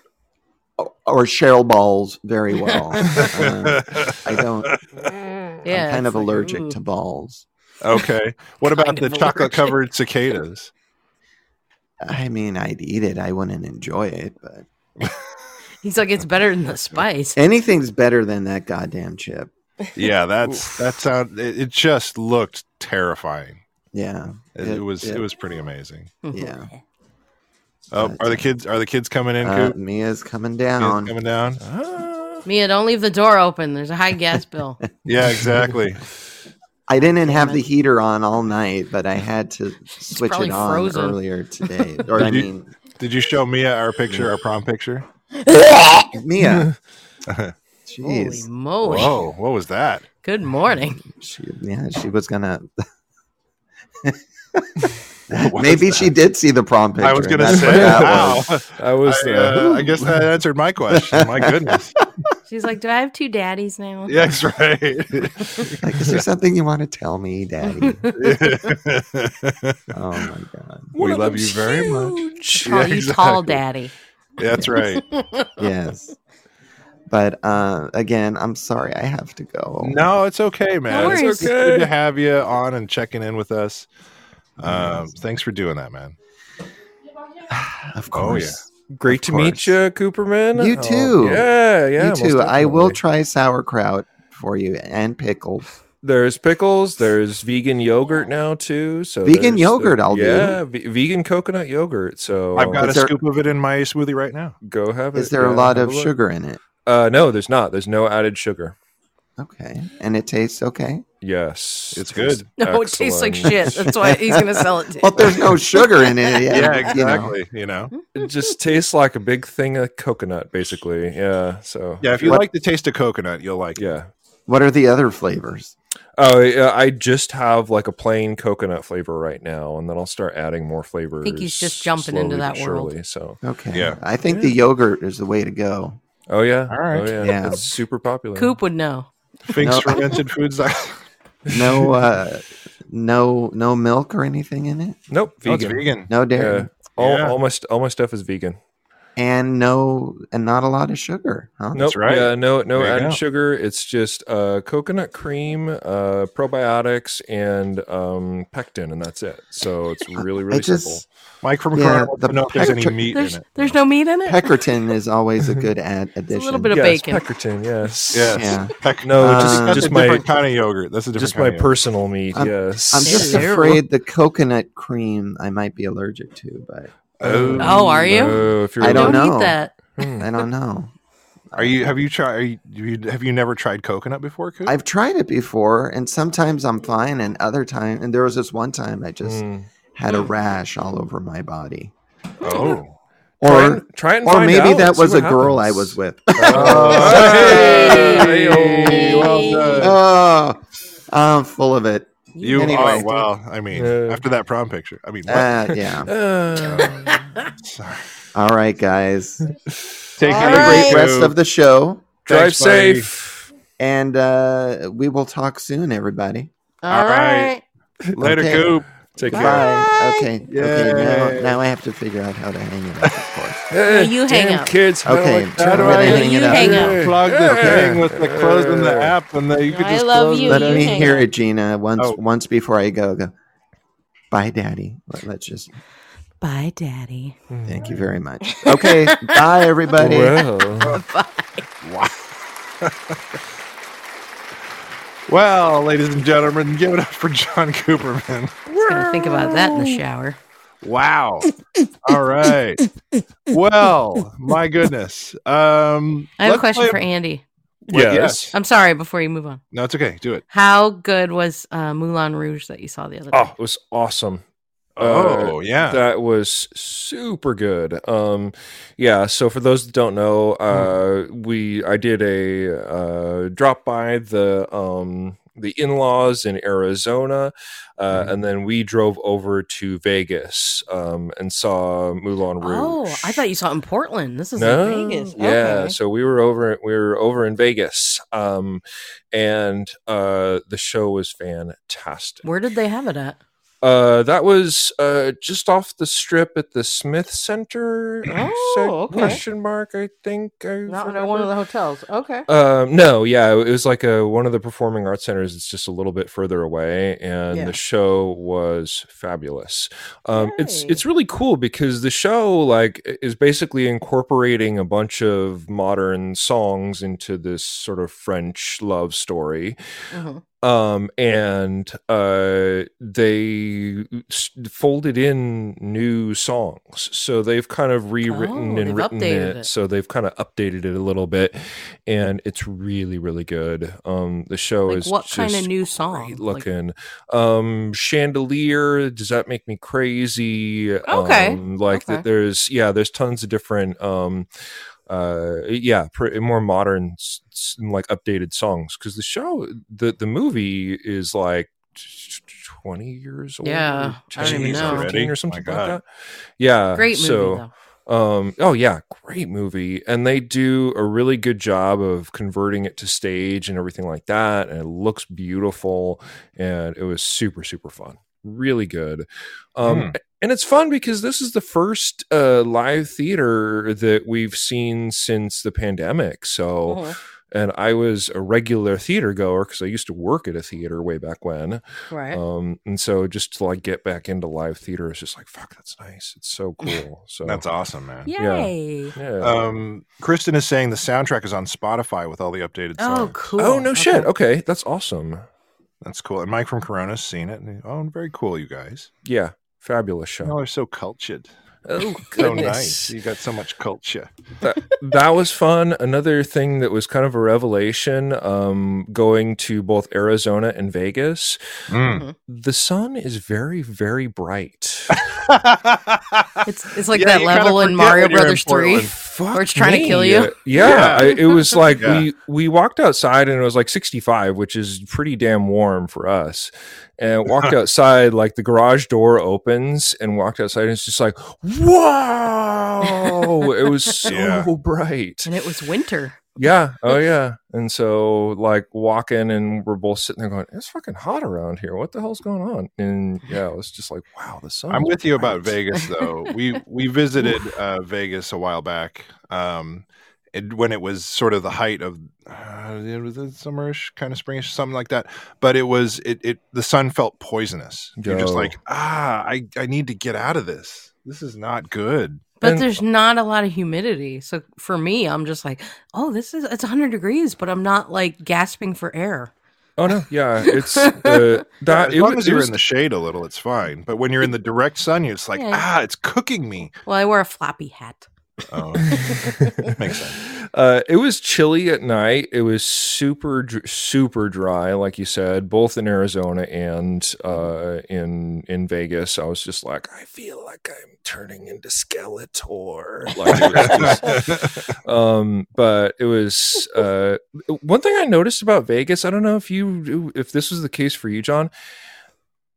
G: or shell balls very well. Uh,
A: cicadas.
G: I don't.
B: Yeah,
G: I'm kind
B: it's like,
G: of allergic
B: ooh.
G: to balls.
A: okay. What about
B: Kind
A: the
B: of
A: chocolate covered cicadas?
G: I mean, I'd eat it. I wouldn't enjoy it, but
B: He's like it's better than the spice.
G: anything's better than that goddamn chip.
A: Yeah, that's that sound. It, it just looked terrifying.
G: Yeah,
A: It,
G: Yeah,
A: it was
G: yeah.
A: it was pretty amazing.
G: yeah.
A: Oh,
G: But,
A: are the
G: uh,
A: kids are the kids coming in?
G: Uh,
A: Coop?
G: Mia's coming
A: Kids
G: down.
A: coming down. Ah.
B: Mia, don't leave the door open. There's a high gas bill.
A: Yeah, exactly.
G: I didn't have
B: Damn
G: the
B: it.
G: heater on all night, but I had to switch
B: probably
G: it on
B: frozen.
G: earlier today. Or I
A: Did you-
G: mean,
A: Did you show Mia our picture, our prom picture?
G: Mia.
B: Holy
G: Jeez.
B: moly!
A: Whoa, what was that?
B: Good morning.
G: She, yeah, she was gonna.
A: What was
G: Maybe she did see the prom picture.
A: I was
G: and
A: gonna
G: that's
A: say,
G: what that was.
A: wow.
D: I was
A: I,
D: there.
A: uh, I guess that answered my question. My goodness.
B: She's like, do I have two daddies now?
A: Yeah, that's right.
G: Like, is there something you want to tell me, Daddy? Oh my god.
A: we love you very much.
B: Call
A: Yeah,
B: you tall
A: exactly.
B: daddy.
A: That's right.
G: Yes. But uh, again, I'm sorry I have to go.
A: No, it's okay, man.
B: worries.
A: It's good to have you on and checking in with us. Um, thanks for doing that, man. Oh, yeah.
G: Of course.
D: Great to meet
G: course.
D: you, Cooperman.
G: You
D: Oh,
G: too.
D: yeah, yeah.
G: you
D: most
G: too. I will
D: definitely.
G: try sauerkraut for you and pickles.
D: There's pickles. There's vegan yogurt now too. So
G: Vegan
D: there's
G: yogurt I'll do.
D: yeah, ve- vegan coconut yogurt. So
A: I've got
G: Is
A: a
G: there-
A: scoop of it in my smoothie right now.
D: go have it.
G: Is there a
D: yeah,
G: lot
D: have
G: of
D: look.
G: sugar in it?
D: Uh, no, there's not. There's no added sugar.
G: Okay. And it tastes okay.
D: Yes,
A: It's good.
B: No, it tastes like
D: Excellent.
B: shit. That's why he's gonna sell it. To
G: Well, there's no sugar in it. Yeah,
A: Yeah,
G: you know.
A: exactly. You know.
D: It just tastes like a big thing of coconut, basically. Yeah. So
A: Yeah, if you
G: What-
A: like the taste of coconut, you'll like it.
D: yeah.
G: What are the other flavors?
D: Oh, yeah, I just have like a plain coconut flavor right now, and then I'll start adding more flavors.
B: he's just jumping into
D: slowly
B: that
D: but
B: world.
D: surely, So,
G: Okay.
A: Yeah.
G: I think the yogurt is the way to go.
D: oh yeah,
A: All right.
D: oh, yeah.
G: Yeah.
D: it's super popular.
B: Coop would know.
A: Fink's
G: No.
A: fermented foods.
G: No uh no no milk or anything in it?
D: nope,
A: No, Oh, it's
D: vegan.
A: vegan.
G: No dairy.
D: Yeah, all,
A: Yeah.
D: all my st- all my stuff is vegan.
G: And no and not a lot of sugar, huh?
D: Nope.
A: right.
D: Yeah, no, no
A: There you
D: added
A: go.
D: sugar. It's just uh, coconut cream, uh, probiotics, and um, pectin, and that's it. So it's really, really
G: I just
D: simple.
A: Mike from Corona
G: Yeah,
A: wants
G: the
A: to know if there's any
G: pectin-
A: meat in
B: There's
A: it.
B: there's no meat in it.
G: Peckerton is always a good ad addition.
B: little bit of-
D: yeah, it's
B: bacon.
D: pectin. Yes.
A: Yes.
G: yeah.
A: Peck-
D: No,
G: Uh,
D: just
A: That's
D: just
A: a
D: my
A: different kind of yogurt. That's a different
D: just
A: kind
D: my
A: of yogurt.
D: personal meat.
G: I'm-
D: yes.
G: I'm just
B: Ew.
G: afraid the coconut cream I might be allergic to, but
B: Oh, are you?
D: Oh, if you're
G: I don't
B: don't
G: know.
B: eat that.
D: Mm.
G: I don't know.
A: Are you? Have you tried? Are you, you- have you never tried coconut before? Coop?
G: I've tried it before, and sometimes I'm fine, and other time, and there was this one time I just
D: Mm.
G: had a rash all over my body,
A: oh,
D: Try
G: or
D: and- try and
G: or
D: find
G: maybe
D: out,
G: that
D: see
G: was a
D: what
G: girl I
D: happens.
G: was with.
D: Oh, Hey!
A: Hey, well done.
G: oh, I'm full of it.
A: you
G: Anyway.
A: are. Wow. I mean,
D: Yeah.
A: after that prom picture, I mean, what?
G: Uh, yeah.
D: Uh,
G: All right, guys.
A: take
G: Have a great rest of the show,
D: drive
A: Thanks, buddy.
D: safe.
G: and uh, we will talk soon, everybody.
A: All right. Later,
G: Okay.
A: Coop.
D: Take
G: Bye.
D: care.
G: Okay. Okay.
A: Yay.
G: Now, now I have to figure out how to hang it up, of course.
D: Hey,
B: you
D: damn
B: hang up.
D: Kids, how do
G: Okay,
D: I-
G: so
D: how do
G: we're
D: I-
G: gonna hang it
B: You
G: up.
B: hang up.
A: Plug the
D: Yeah.
A: thing with the closing the app, and then you could
B: I
A: just
B: love
A: close
B: you.
A: it.
G: Let me
B: hang
G: hear
B: up.
G: it, Gina. Once,
A: Oh.
G: once before I go, go. Bye, Daddy. Let, us just.
B: Bye, daddy.
G: Thank you very much. Okay. bye, everybody.
D: Well,
A: Well, ladies and gentlemen, give it up for John Cooperman.
B: Just gonna think about that in the shower.
A: Wow. All right. Well, my goodness. Um,
B: I have a
A: let's
B: question
A: play
B: for Andy.
D: yes.
B: I'm sorry. Before you move on,
A: No, it's okay. Do it.
B: how good was uh, Moulin Rouge that you saw the other day?
D: Oh, it was awesome. Uh,
A: Oh, yeah.
D: that was super good. Um, yeah. So for those that don't
B: Hmm.
D: know, uh, we I did a uh, drop by the um the in-laws in Arizona,
B: Hmm.
D: uh, and then we drove over to Vegas um, and saw Moulin Rouge.
B: Oh, I thought you saw it in Portland. This is in Vegas.
D: Yeah,
B: Okay.
D: so we were over we were over in Vegas, um, and uh, the show was fantastic.
B: Where did they have it at?
D: Uh, that was uh, just off the strip at the Smith Center.
B: Oh,
D: said
B: okay.
D: Question mark? I think I
B: Not in
D: remember.
B: one of the hotels. Okay.
D: Um, no, yeah, it was like a one of the performing arts centers. It's just a little bit further away, and
B: Yeah.
D: the show was fabulous. Um, It's
B: Yay.
D: it's really cool because the show like is basically incorporating a bunch of modern songs into this sort of French love story
B: Mhm.
D: um and uh they s- folded in new songs so they've kind of
B: Oh,
D: rewritten and
B: they've
D: written
B: updated
D: it,
B: it.
D: so they've kind of updated it a little bit and it's really really good um the show
B: Like
D: is
B: what kind of
D: just
B: new
D: great
B: song? Like,
D: looking um chandelier does that make me crazy
B: Okay,
D: um, like
B: okay.
D: that there's yeah there's tons of different um uh yeah pr- more modern s- s- like updated songs because the show the the movie is like 20 years old or
B: Yeah, I don't
D: 10
B: even
D: years,
B: know.
D: 15 or
A: My
D: something like
A: God.
D: that yeah
B: great movie
D: so
B: though.
D: um oh yeah great movie and they do a really good job of converting it to stage and everything like that and it looks beautiful and it was super super fun really good um
A: Hmm.
D: and it's fun because this is the first uh live theater that we've seen since the pandemic so
A: Oh.
B: Mhm.
D: and i was a regular theater goer because i used to work at a theater way back when
B: Right.
D: um and so just to like get back into live theater is just like fuck that's nice it's so cool so
A: That's awesome, man.
D: yeah.
F: Yay.
D: yeah.
A: Um, Kristen is saying the soundtrack is on Spotify with all the updated songs.
B: oh, cool.
D: Oh no shit.
B: Okay.
D: Okay, that's awesome.
A: That's cool. And Mike from Corona's seen it. and he- Oh, very cool, you guys.
D: Yeah, fabulous show.
A: Y'all are so cultured.
D: Oh,
A: So
D: goodness.
A: nice. You got so much culture.
D: that was fun. Another thing that was kind of a revelation um, going to both Arizona and Vegas.
A: Mm.
D: The sun is very, very bright.
B: It's it's like
A: Yeah,
B: that
A: you kinda
B: level in
A: forget
B: Mario
A: when you're in
B: Brothers Three.
A: Portland.
D: Fuck
B: Or it's trying to
D: me.
B: kill you.
D: Uh, Yeah, I, it was like
A: Yeah.
D: we we walked outside and it was like 65, which is pretty damn warm for us. And walked outside, like the garage door opens, and walked outside, and it's just like, wow, it was so
A: Yeah.
D: bright.
B: And it was winter.
D: Yeah, oh yeah. And so like walking, and we're both sitting there going, it's fucking hot around here. What the hell's going on? And yeah, it was just like, wow, the sun.
A: I'm
D: is
A: with you about
D: bright."
A: Vegas though. We we visited uh, Vegas a while back, um, it, when it was sort of the height of uh, it was a summerish kind of springish, something like that. But it was it it the sun felt poisonous. You're just
D: Yo.
A: like ah, I I need to get out of this. This is not good.
B: But
D: And-
B: there's not a lot of humidity. So for me, I'm just like, oh, this is it's 100 degrees, but I'm not like gasping for air.
D: Oh no, yeah, it's uh, that.
A: as
D: it
A: long
D: was-
A: as
D: it
A: you're
D: was-
A: in the shade a little, it's fine. But when you're in the direct sun, it's like
B: Yeah.
A: ah, it's cooking me.
B: Well, I wear a floppy hat.
A: Oh, Makes sense.
D: Uh, it was chilly at night. It was super, dr- super dry, like you said, both in Arizona and uh, in in Vegas. I was just like, I feel like I'm turning into Skeletor. Like, it was just- um, but it was uh, one thing I noticed about Vegas. I don't know if you if this was the case for you, John.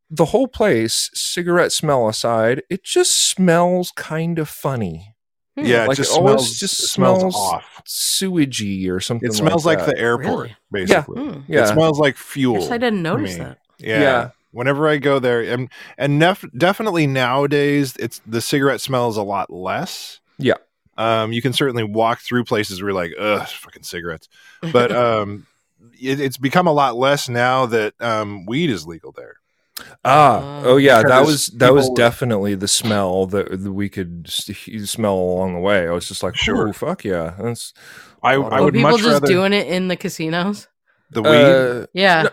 D: The whole place, cigarette smell aside, it just smells kind of funny.
A: yeah, it
D: Like,
A: just
D: it always
A: smells,
D: just
A: it smells,
D: smells-
A: off.
D: Sewagey or something.
A: It smells like,
D: that.
A: the airport,
B: Really?
A: basically.
B: Hmm.
D: Yeah.
A: It smells like fuel.
B: Guess I didn't
A: for
B: notice
A: me.
B: that.
A: Yeah.
D: Yeah.
A: Whenever I go there, and and nef- definitely nowadays, it's the cigarette smell is a lot less.
D: Yeah.
A: Um, you can certainly walk through places where you're like, ugh, fucking cigarettes. But um, it, it's become a lot less now that um, weed is legal there.
D: Ah, oh yeah, that
A: Because
D: was that was
A: people-
D: definitely the smell that that we could s- he- smell along the way. I was just like,
A: Sure.
D: sure, fuck yeah, that's
A: I,
D: Well,
A: I
B: Were
A: would
B: people
A: much
B: just
A: rather
B: doing it in the casinos?
A: the weed.
D: uh,
B: Yeah.
D: No,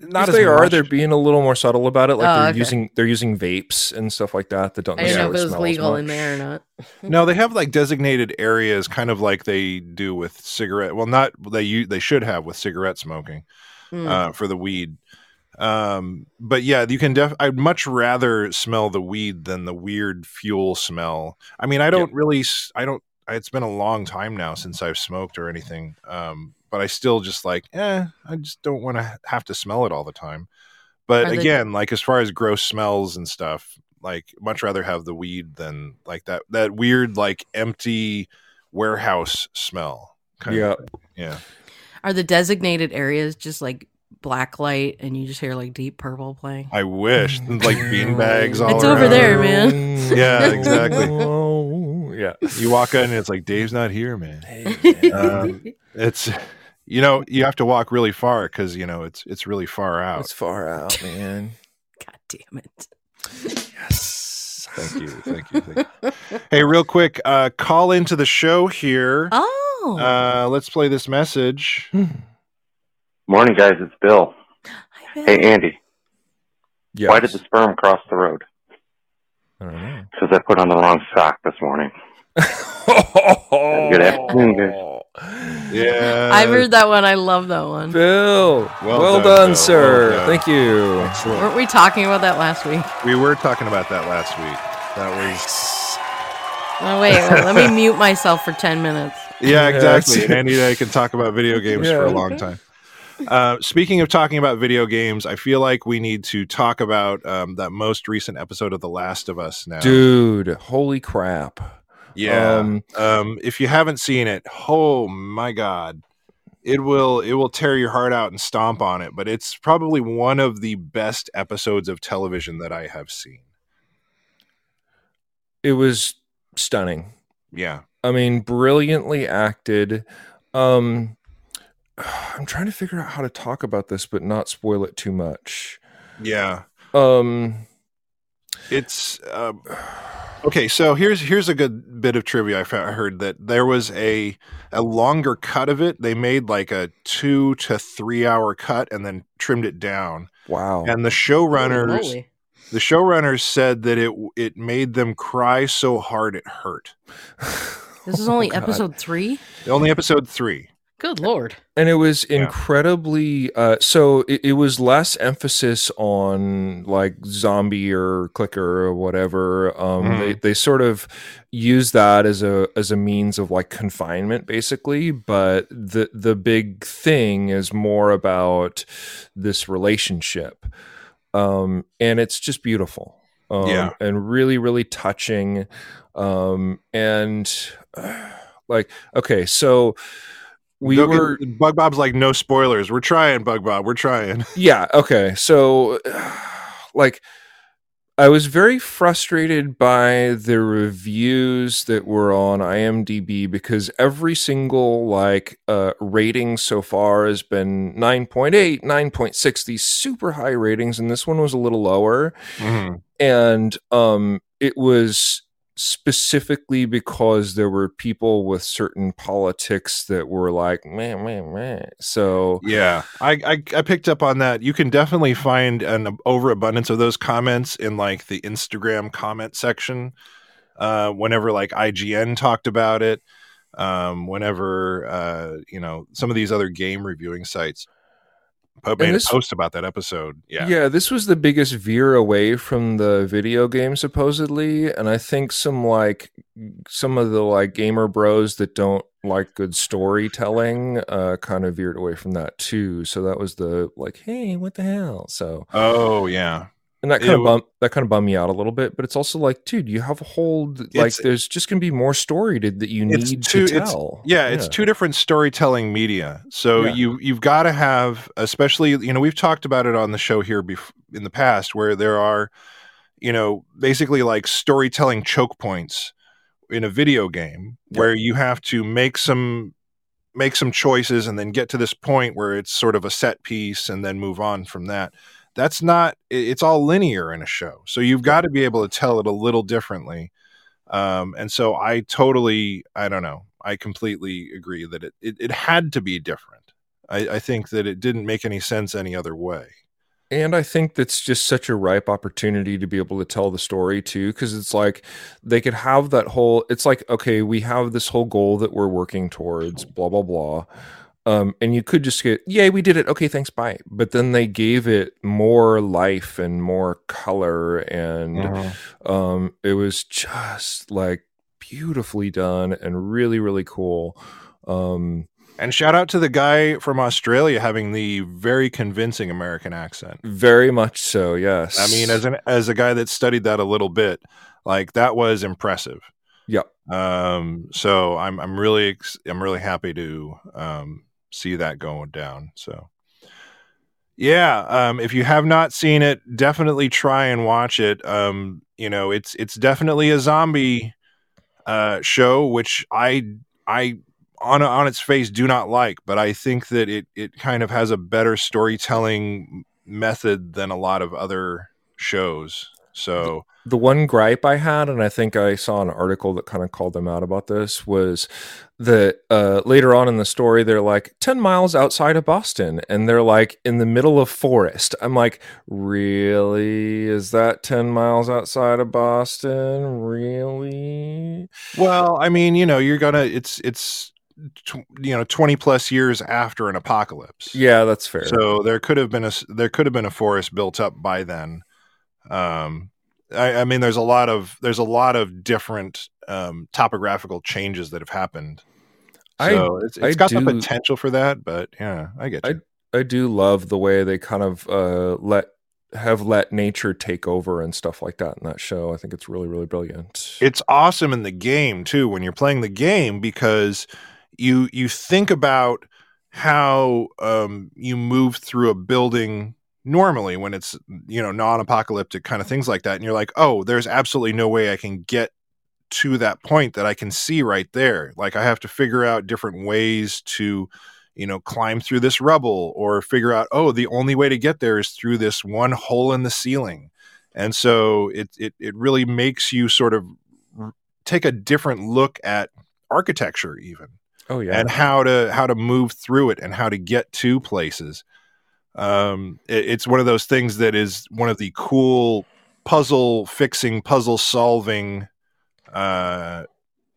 A: not
D: not
A: as
D: if they are.
A: much.
D: They're being a little more subtle about it. Like
B: Oh,
D: they're
B: okay.
D: using they're using vapes and stuff like that that don't.
B: I didn't know if it
D: necessarily
B: was
D: smell
B: legal
D: as
B: in
D: much.
B: there or not.
A: No, they have like designated areas, kind of like they do with cigarette. Well, not they you they should have with cigarette smoking
B: Hmm.
A: uh, for the weed. Um, but yeah, you can def. I'd much rather smell the weed than the weird fuel smell. I mean, I don't really. s- I don't. It's been a long time now since I've smoked or anything. Um, but I still just like, eh, I just don't want to have to smell it all the time. But
B: Are they-
A: again, like as far as gross smells and stuff, like much rather have the weed than like that that weird like empty warehouse smell. kind of
D: yeah.
A: thing. yeah.
B: Are the designated areas just like black light and you just hear like deep purple playing?
A: I wish
D: Mm.
A: like bean bags all
B: It's over
A: around.
B: there, man.
A: Yeah, exactly.
D: yeah.
A: You walk in and it's like Dave's not here, man.
D: Um,
A: It's you know you have to walk really far because you know it's it's really far out.
D: it's far out, man.
B: God damn it.
D: Yes.
A: Thank you, thank you, thank you. hey, real quick, uh, call into the show here.
B: Oh.
A: Uh, let's play this message.
I: Morning, guys. It's Bill.
B: I
I: Hey,
A: uh,
B: bet.
I: Andy.
D: Yes.
I: Why did the sperm cross the road?
D: I don't know.
I: Because I put on the wrong sock this morning. Good afternoon,
A: Yeah,
B: I've heard that one. I love that one.
D: Bill. Well, done,
A: done, Bill.
D: sir.
A: Well done.
D: Thank you.
A: Excellent.
B: Weren't we talking about that last week?
A: We were talking about that last week. That was
B: Oh, wait. wait, let me mute myself for 10 minutes.
A: yeah,
D: Yes.
A: exactly. And Andy and I can talk about video games for a
D: Yeah.
A: long time. Uh, speaking of talking about video games, I feel like we need to talk about um, that most recent episode of The Last of Us now.
D: Dude, holy crap.
A: Yeah. Um,
D: Um,
A: if you haven't seen it, oh my god. It will it will tear your heart out and stomp on it, but it's probably one of the best episodes of television that I have seen.
D: it was stunning.
A: Yeah.
D: I mean, brilliantly acted. Um, I'm trying to figure out how to talk about this, but not spoil it too much.
A: Yeah.
D: Um,
A: It's um, okay. So here's here's a good bit of trivia I found, I heard that there was a a longer cut of it. They made like a two to three hour cut and then trimmed it down.
D: wow.
A: And the showrunners
B: Holy.
A: the showrunners said that it it made them cry so hard it hurt.
B: This is only
D: Oh, God.
B: episode three?
A: Only episode three.
B: Good lord.
D: and it was
A: Yeah.
D: incredibly uh so it, it was less emphasis on like zombie or clicker or whatever um
A: Mhm.
D: they, they sort of use that as a as a means of like confinement basically but the the big thing is more about this relationship um and it's just beautiful um,
A: Yeah.
D: and really really touching um and uh, like okay so we
A: No-
D: were
A: Bug Bob's like no spoilers. We're trying, Bug Bob. We're trying.
D: yeah okay so like i was very frustrated by the reviews that were on imdb because every single like uh rating so far has been 9.8 9.6 these super high ratings and this one was a little lower Mm-hmm. and um it was specifically because there were people with certain politics that were like man man man so
A: Yeah, I, I I picked up on that. You can definitely find an overabundance of those comments in like the Instagram comment section. Uh, whenever like IGN talked about it, um, whenever uh, you know some of these other game reviewing sites po- made
D: this-
A: a post about that episode. Yeah,
D: this was the biggest veer away from the video game supposedly, and I think some like some of the like gamer bros that don't like good storytelling uh kind of veered away from that too. So that was the like, hey, what the hell? So
A: Oh yeah.
D: and that kind
A: It
D: of
A: wa-
D: bum that kind of bummed me out a little bit, but it's also like, dude, you have a whole like
A: It's-
D: there's just gonna be more story to, that you
A: It's
D: need
A: too-
D: to
A: it's-
D: tell.
A: yeah it's two different storytelling media so
D: Yeah.
A: you you've got to have especially you know we've talked about it on the show here bef- in the past where there are you know basically like storytelling choke points in a video game
D: Yeah.
A: where you have to make some make some choices and then get to this point where it's sort of a set piece and then move on from that that's not i- it's all linear in a show so you've got to be able to tell it a little differently um, and so i totally i don't know i completely agree that it it, it had to be different I, I think that it didn't make any sense any other way
D: And I think that's just such a ripe opportunity to be able to tell the story too, because it's like they could have that whole. It's like okay, we have this whole goal that we're working towards, blah blah blah, um, and you could just get, yay, we did it. Okay, thanks, bye. But then they gave it more life and more color, and
A: Uh-huh.
D: um, it was just like beautifully done and really really cool. Um,
A: And shout out to the guy from Australia having the very convincing American accent.
D: Very much so, yes.
A: I mean, as an as a guy that studied that a little bit, like that was impressive.
D: Yep.
A: Um. So I'm I'm really ex- I'm really happy to um see that going down. So. Yeah, um, if you have not seen it, definitely try and watch it. Um, you know, it's it's definitely a zombie uh, show, which I I on on its face do not like, but I think that it it kind of has a better storytelling method than a lot of other shows. So
D: the one gripe I had, and I think I saw an article that kind of called them out about this, was that uh, later on in the story, they're like 10 miles outside of Boston and they're like in the middle of forest. I'm like, really? Is that 10 miles outside of Boston? Really?
A: well, I mean, you know, you're gonna it's it's tw- you know twenty plus years after an apocalypse.
D: Yeah, that's fair.
A: So there could have been a s- there could have been a forest built up by then. Um, I, I mean, there's a lot of there's a lot of different um, topographical changes that have happened.
D: I-
A: So it's, it's
D: I
A: got
D: do-
A: the potential for that, but yeah, I get you.
D: I do love the way they kind of uh, let have let nature take over and stuff like that in that show. I think it's really, really brilliant.
A: it's awesome in the game too when you're playing the game because you you think about how um, you move through a building normally when it's you know non-apocalyptic kind of things like that and you're like oh there's absolutely no way i can get to that point that i can see right there like i have to figure out different ways to you know climb through this rubble or figure out oh the only way to get there is through this one hole in the ceiling and so it it, it really makes you sort of r- take a different look at architecture even
D: oh yeah.
A: and how to how to move through it and how to get to places um it- it's one of those things that is one of the cool puzzle fixing puzzle solving uh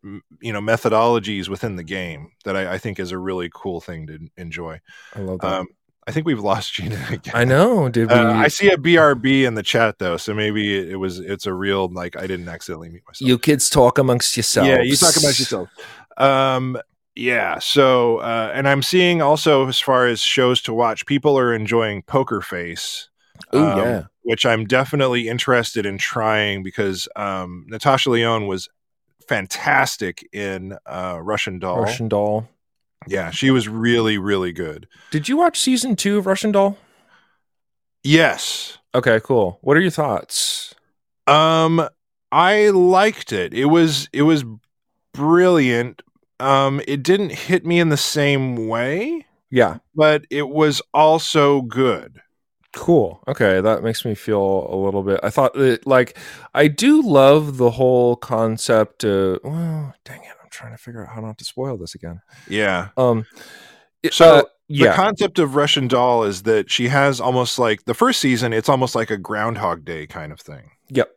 A: m- you know methodologies within the game that I, I think is a really cool thing to enjoy.
D: I love that.
A: Um, I think we've lost Gina again.
D: I know. Did we?
A: Uh, I see a BRB in the chat though, so maybe it, it was it's a real like I didn't accidentally mute myself.
D: you kids talk amongst yourselves.
A: yeah, you talk about yourself. Um, yeah. So, uh, and I'm seeing also as far as shows to watch, people are enjoying Poker Face.
D: Ooh,
A: um,
D: yeah.
A: Which I'm definitely interested in trying because um, Natasha Leone was fantastic in uh, Russian Doll.
D: Russian Doll.
A: Yeah, she was really really good.
D: Did you watch season two of Russian Doll?
A: Yes.
D: Okay, cool. What are your thoughts?
A: Um, I liked it. It was it was brilliant. Um, it didn't hit me in the same way,
D: Yeah,
A: but it was also good.
D: cool. Okay, that makes me feel a little bit. I thought that, like, I do love the whole concept of. Well, dang it, I'm trying to figure out how not to spoil this again.
A: Yeah.
D: Um, it-
A: So,
D: uh,
A: The
D: yeah,
A: concept of Russian doll is that she has almost like the first season, it's almost like a groundhog day kind of thing.
D: Yep.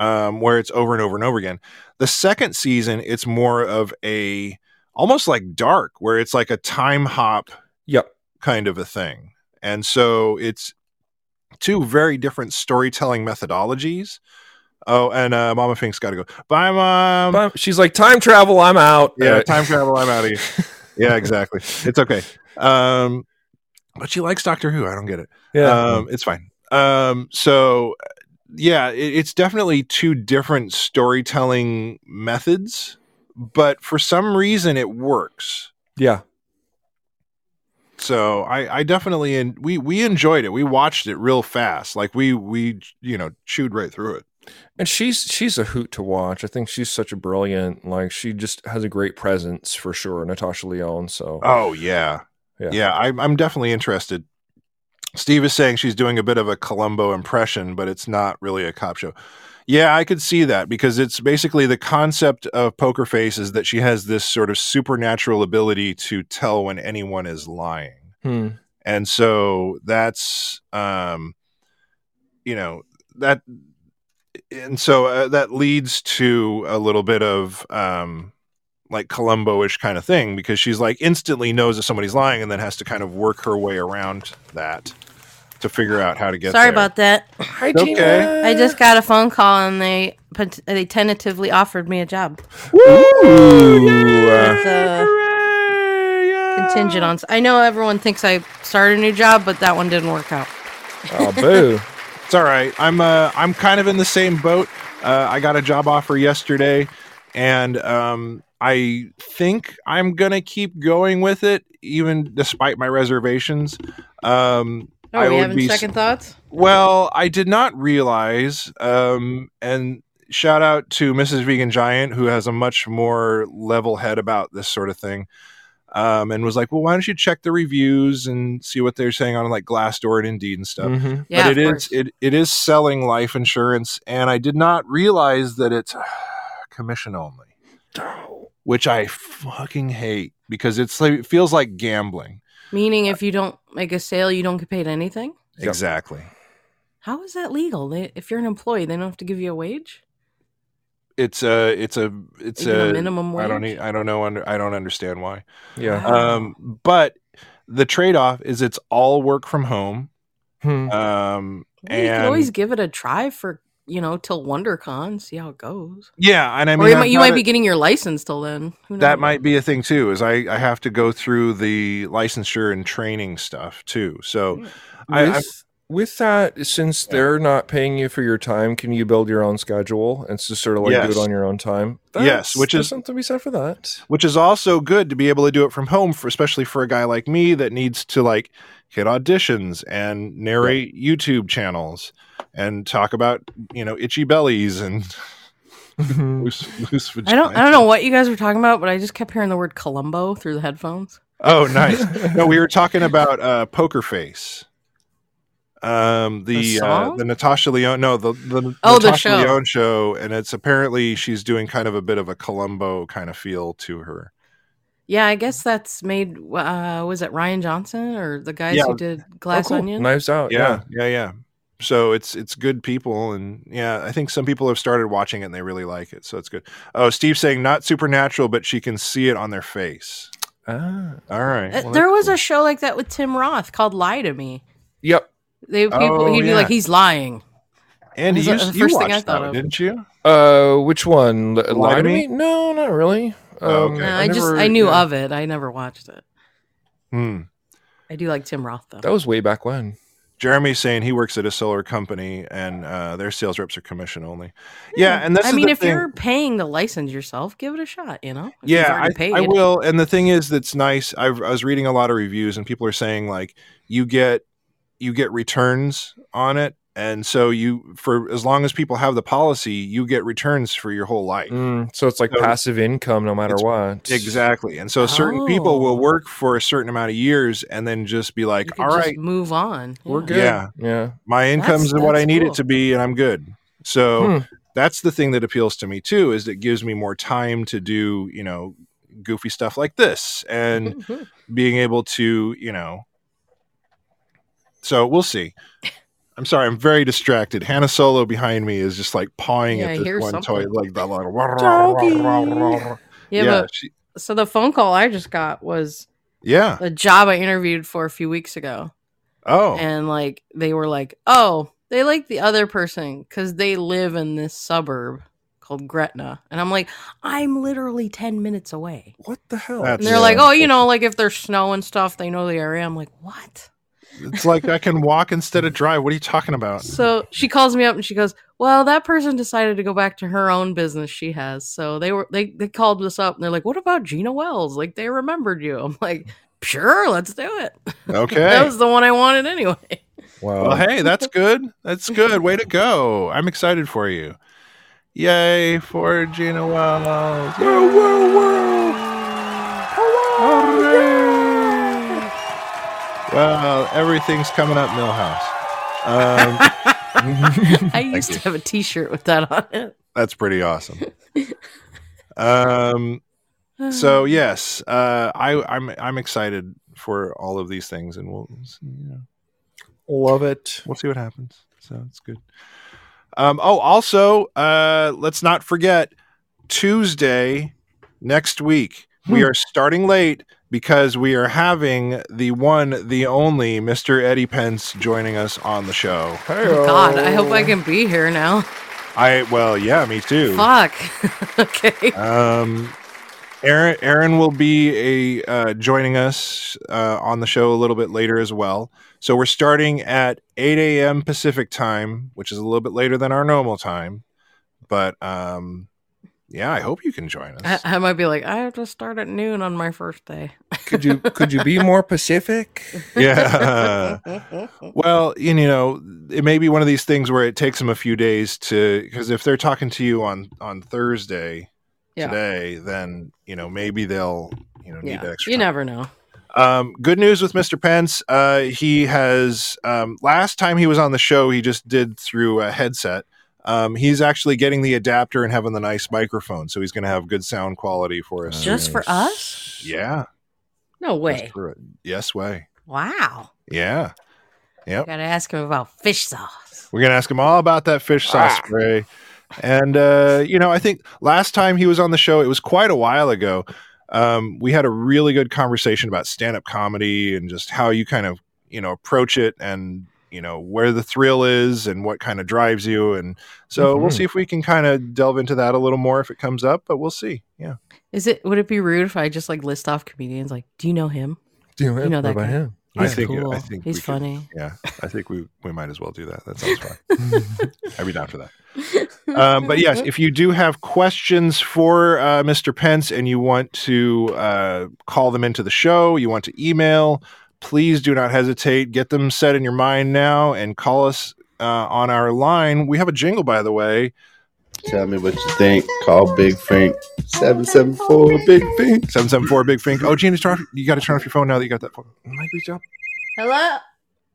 A: Um, where it's over and over and over again. The second season, it's more of a almost like dark, where it's like a time hop
D: yep.
A: kind of a thing. And so it's two very different storytelling methodologies. Oh, and uh, Mama Fink's got to go. Bye, mom.
D: But she's like time travel. I'm out.
A: Um, Yeah,
D: Uh,
A: time travel. I'm out of here. yeah, exactly. It's okay. Um, but she likes Doctor Who. I don't get it.
D: yeah.
A: Um, it's fine. Um, so yeah, it, it's definitely two different storytelling methods, but for some reason it works.
D: yeah.
A: so I, I definitely and we we enjoyed it. We watched it real fast, like we we you know chewed right through it.
D: and she's she's a hoot to watch. I think she's such a brilliant like she just has a great presence for sure, Natasha Leon. So
A: Oh yeah,
D: Yeah.
A: yeah. I'm I'm definitely interested. Steve is saying she's doing a bit of a Columbo impression, but it's not really a cop show. Yeah, I could see that because it's basically the concept of Poker Face is that she has this sort of supernatural ability to tell when anyone is lying.
D: hmm.
A: and so that's um you know that and so uh, that leads to a little bit of um like columbo-ish kind of thing because she's like instantly knows that somebody's lying and then has to kind of work her way around that to figure out how to get
B: Sorry
A: there.
B: about that.
D: hi
A: It's
D: Gina.
A: okay.
B: I just got a phone call and they pot- they tentatively offered me a job.
D: Woo!
B: So Contingent on. I know everyone thinks I started a new job, but that one didn't work out.
D: Oh, boo.
A: It's all right. I'm uh, I'm kind of in the same boat. Uh, I got a job offer yesterday, and um, I think I'm gonna keep going with it, even despite my reservations. Um,
B: Oh,
A: I
B: we
A: would
B: having
A: be s-
B: second thoughts?
A: well, I did not realize, um, and shout out to Mrs. Vegan Giant, who has a much more level head about this sort of thing, um, and was like, "Well, why don't you check the reviews and see what they're saying on like Glassdoor and Indeed and stuff."
D: hmm
B: Yeah,
A: but it
B: of
A: is
B: course.
A: it, it is selling life insurance and i did not realize that it's commission only which i fucking hate because it's like it feels like gambling
B: Meaning, if you don't make a sale, you don't get paid anything.
D: Yep.
A: exactly
B: How is that legal? They, if you're an employee, they don't have to give you a wage.
A: it's a it's a it's
B: Even
A: a,
B: a minimum wage. Oh.
A: i don't e- i don't know under, i don't understand why
D: Yeah.
A: um but the trade-off is it's all work from home
D: Hmm.
A: um
B: Well, you could
A: and
B: always give it a try for you know till WonderCon, see how it goes.
A: yeah and i mean
B: or you
A: I've
B: might, you
A: got
B: might
A: it-
B: be getting your license till then. Who
A: that
B: knows?
A: might be a thing too is I, I have to go through the licensure and training stuff too so I, I
D: with, with that, since they're not paying you for your time, can you build your own schedule and just sort of like do
A: Yes.
D: it on your own time?
A: Yes, which
D: there's
A: is-
D: something to be said for that.
A: which is also good to be able to do it from home for especially for a guy like me that needs to like hit auditions and narrate youtube channels and talk about you know itchy bellies and loose, loose vaginas.
B: I don't. I don't know what you guys were talking about, but I just kept hearing the word Columbo through the headphones.
A: oh nice no we were talking about uh poker face um the
B: The
A: uh,
B: song?
A: the Natasha Leone no the the
B: Oh, the
A: Natasha
B: show.
A: Leone show and it's apparently she's doing kind of a bit of a Columbo kind of feel to her
B: Yeah, I guess that's made. Uh, was it Ryan Johnson or the guys
A: Yeah.
B: who did Glass
D: Oh, cool.
B: Onion?
D: Knives out.
A: yeah, yeah, yeah. So it's it's good people, and yeah, I think some people have started watching it and they really like it, so it's good. Oh, Steve's saying not supernatural, but she can see it on their face.
D: Ah.
A: All right,
B: Uh,
A: well,
B: there
A: that's
B: was
A: cool.
B: a show like that with Tim Roth called "Lie to Me."
D: Yep.
B: They people
A: Oh,
B: he'd be
A: yeah.
B: like, "He's lying."
A: Andy,
B: was
A: you,
B: the
A: you
B: first thing I
A: watched
B: thought
A: that, one,
B: of.
A: didn't you?
D: Uh, which one? L-
A: Lie to
D: Lie to
A: Me?
D: me? No, not really. Um,
A: Oh, okay.
B: No,
A: Yeah,
B: Uh, I, just
D: never-
B: I knew
D: yeah.
B: of it. I never watched it.
A: Hmm.
B: I do like Tim Roth though.
D: That was way back when.
A: Jeremy's saying he works at a solar company and uh, their sales reps are commission only. Yeah, and this
B: I
A: is
B: mean,
A: the
B: if
A: thing.
B: you're paying the license yourself, give it a shot. You know, If you've
A: yeah
B: already
A: I, I
B: paid.
A: will and the thing is that's nice I've, i was reading a lot of reviews and people are saying like you get you get returns on it and so you for as long as people have the policy you get returns for your whole life
D: Mm, so it's like
A: So-
D: passive income, no matter
A: It's-
D: what.
A: exactly and so certain people will work for a certain amount of years and then just be
B: Oh. You
A: like
B: can
A: all
B: just
A: right
B: move on.
D: We're
B: Yeah.
D: good.
A: Yeah.
D: Yeah.
A: my income's
B: That's-
A: what i
B: that's
A: need it
B: cool.
A: to be and i'm good so
D: Hmm.
A: that's the thing that appeals to me too is it gives me more time to do you know goofy stuff like this and
B: Hmm.
A: being able to, you know. So we'll see. I'm sorry, I'm very distracted. Hannah Solo behind me is just like pawing
B: Yeah, I
A: at this
B: hear
A: one toy
B: something.
A: like that. Like,
D: Doggy.
B: Yeah,
A: yeah,
B: but
A: she-
B: so the phone call I just got was
A: yeah.
B: a job I interviewed for a few weeks ago,
A: Oh,
B: and like they were like, "Oh, they like the other person because they live in this suburb called Gretna," and I'm like, "I'm literally ten minutes away."
D: What the hell?
A: That's-
B: And they're
A: Yeah.
B: like, "Oh, you know, like if there's snow and stuff, they know the area." I'm like, "What?"
A: it's like I can walk instead of drive. What are you talking about?
B: So she calls me up and she goes, "Well, that person decided to go back to her own business she has. So they were they they called us up and they're like, "What about Gina Wells? Like they remembered you." I'm like, "Sure, let's do it." That
A: Okay.
B: was the one I wanted anyway.
D: wow.
A: Well, hey, that's good. That's good. Way to go. I'm excited for you. Yay for Gina Wells. Woo, woo, woo. Hooray. Well, everything's coming up, Millhouse. Um,
B: I used
A: you.
B: to have a T-shirt with that on it.
A: that's pretty awesome. Um, so yes, uh, I, I'm I'm excited for all of these things, and we'll you know,
D: Love it.
A: we'll see what happens. So it's good. Um, oh, also, uh, let's not forget Tuesday next week. We are starting late because we are having the one, the only Mr. Eddie Pence joining us on the show.
B: Oh, God, I hope I can be here now.
A: I well, yeah, me too.
B: Fuck. okay.
A: Um, Aaron, Aaron will be a uh, joining us uh, on the show a little bit later as well. So we're starting at 8 a.m. Pacific time, which is a little bit later than our normal time. But um, yeah, I hope you can join
B: I,
A: us.
B: I might be like, I have to start at noon on my first day.
D: Could you could you be more Pacific?
A: yeah. Well, and, you know, it may be one of these things where it takes them a few days to because if they're talking to you on on Thursday
B: Yeah.
A: today, then you know maybe they'll you know need
B: Yeah.
A: extra.
B: You
A: time.
B: never know.
A: Um, good news with Mr. Pence. Uh, he has um, last time he was on the show, he just did through a headset. Um, he's actually getting the adapter and having the nice microphone, so he's going to have good sound quality for us.
B: Just for us?
A: Yeah.
B: No
A: just
B: way.
A: for- yes way.
B: Wow.
A: Yeah. Yep.
B: Gotta ask him about fish sauce.
A: We're gonna ask him all about that fish sauce spray. And uh, you know, I think last time he was on the show, it was quite a while ago. Um, we had a really good conversation about stand-up comedy and just how you kind of you know approach it and you know where the thrill is and what kind of drives you. And so we'll
D: Mhm.
A: see if we can kind of delve into that a little more if it comes up, but we'll see. Yeah.
B: Is it would it be rude if I just like list off comedians like, do you know him?
D: Do you,
B: You know
D: know
B: that
D: about
B: guy.
D: him?
A: I
B: He's
A: think- I
B: cool.
A: think
B: he's
A: we could-
B: funny.
A: Yeah. I think we we might as well do that. That sounds fun. I'd be down for that. um, but yes, if you do have questions for uh, Mr. Pence and you want to uh, call them into the show, you want to email, please do not hesitate. Get them set in your mind now and call us uh, on our line. We have a jingle, by the way.
J: Tell me what you think. Call Big Fink. 774 Big Fink.
A: 774 Big Fink. Oh, Gina, turn off- you got to turn off your phone now that you got that phone. Might be job.
F: Hello?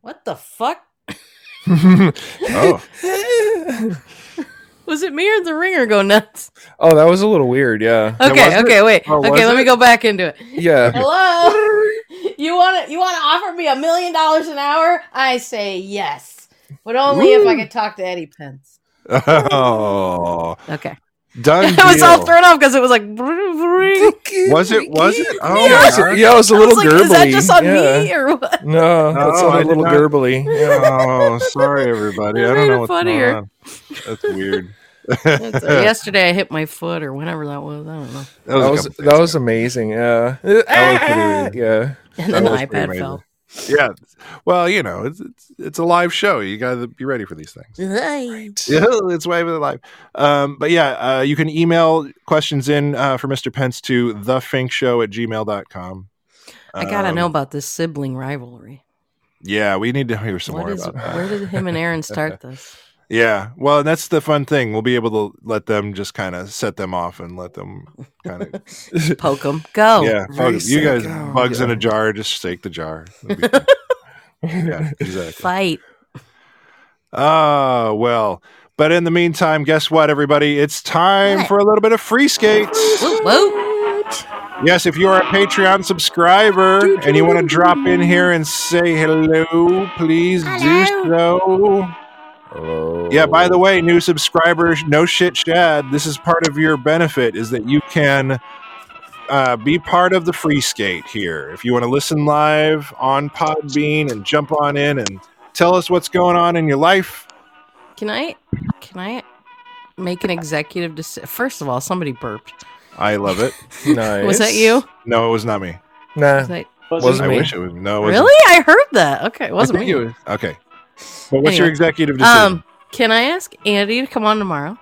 B: What the fuck?
A: Oh,
B: Was it me or the ringer go nuts?
D: Oh, that was a little weird. Yeah,
B: Okay,
A: wasn't
B: okay, wait.
A: Oh, was
B: okay, let me
A: it?
B: go back into it.
D: yeah.
F: Hello? you want to you want to offer me a million dollars an hour? I say yes. But only if I could talk to Eddie Pence.
A: oh,
B: Okay.
A: done.
B: I was all
A: deal.
B: thrown off because it was like, was
A: Was it? Was it? Oh,
D: Yeah, it was-
A: my God.
D: yeah, it was a little
B: like,
D: gurgly.
B: is that just on
D: yeah.
B: me or what?
D: No,
A: No,
D: that
A: I
D: sounded
A: did
D: a little
A: not-
D: gurgly.
A: Oh, sorry, everybody. I
B: That
A: don't
B: made
A: know
B: it
A: what's
B: funnier.
A: going on. That's weird.
B: So yesterday I hit my foot or whenever that was. I don't know.
A: That
D: That
A: a
D: was
A: couple days
D: that was amazing. Yeah,
A: That was pretty
D: yeah.
B: And then the
A: That was pretty
B: iPad
A: amazing.
B: fell.
A: yeah well you know it's it's, it's a live show you gotta be ready for these things
F: Right.
A: yeah it's way over the live um but yeah uh you can email questions in uh for mr pence to thefinkshow at gmail.com
B: I gotta
A: Um,
B: know about this sibling rivalry.
A: yeah we need to hear some
B: What
A: more
B: is,
A: about that
B: where did him and Aaron start this?
A: yeah well that's the fun thing we'll be able to let them just kind of set them off and let them kind of
B: Poke him. Go.
A: yeah bug-
D: race
A: you
D: it
A: guys
D: out.
A: bugs in
D: Yeah.
A: a jar just shake the jar It'll be fun. yeah exactly
B: Fight.
A: Ah, well. But in the meantime, guess what, everybody? It's time
F: What?
A: for a little bit of free skates.
B: Whoop, whoop.
A: Yes, if you are a Patreon subscriber and you want to drop in here and say hello, please do so. Yeah, by
D: Oh.
A: the way, new subscribers, no shit, Shad. This is part of your benefit is that you can uh, be part of the free skate here. If you want to listen live on Podbean and jump on in and tell us what's going on in your life,
B: Can I? Can I make an executive decision? First of all, somebody burped.
A: I love it.
D: nice.
B: Was that you?
A: No, it was not me.
D: Nah,
B: Was that-
D: wasn't
A: I
D: me.
A: wish it was. No, it wasn't.
B: really? I heard that. Okay, it
A: I
B: wasn't
A: think
B: me.
A: it was- okay. But what's your
B: Anyway.
A: executive decision?
B: Um, can I ask Andy to come on tomorrow?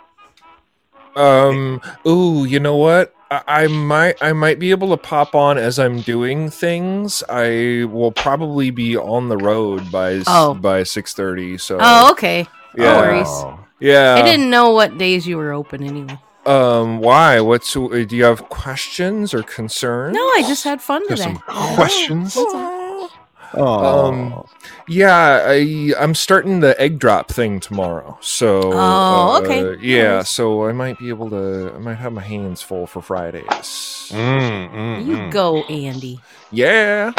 D: Um. Ooh, you know what? I, I might I might be able to pop on as I'm doing things. I will probably be on the road by s-
B: Oh.
D: by six thirty. So
B: Oh, okay. no
D: yeah,
B: worries.
D: yeah.
A: Oh.
B: I didn't know what days you were open anyway.
D: Um. Why? What's? Do you have questions or concerns?
B: No, I just had fun
A: There's
B: today.
A: some questions.
D: Um, yeah, I I'm starting the egg drop thing tomorrow. So uh,
B: Oh, okay. No
D: Yeah,
B: worries.
D: so I might be able to I might have my hands full for Fridays.
A: Mm, mm,
B: You
A: mm.
B: go, Andy.
D: Yeah.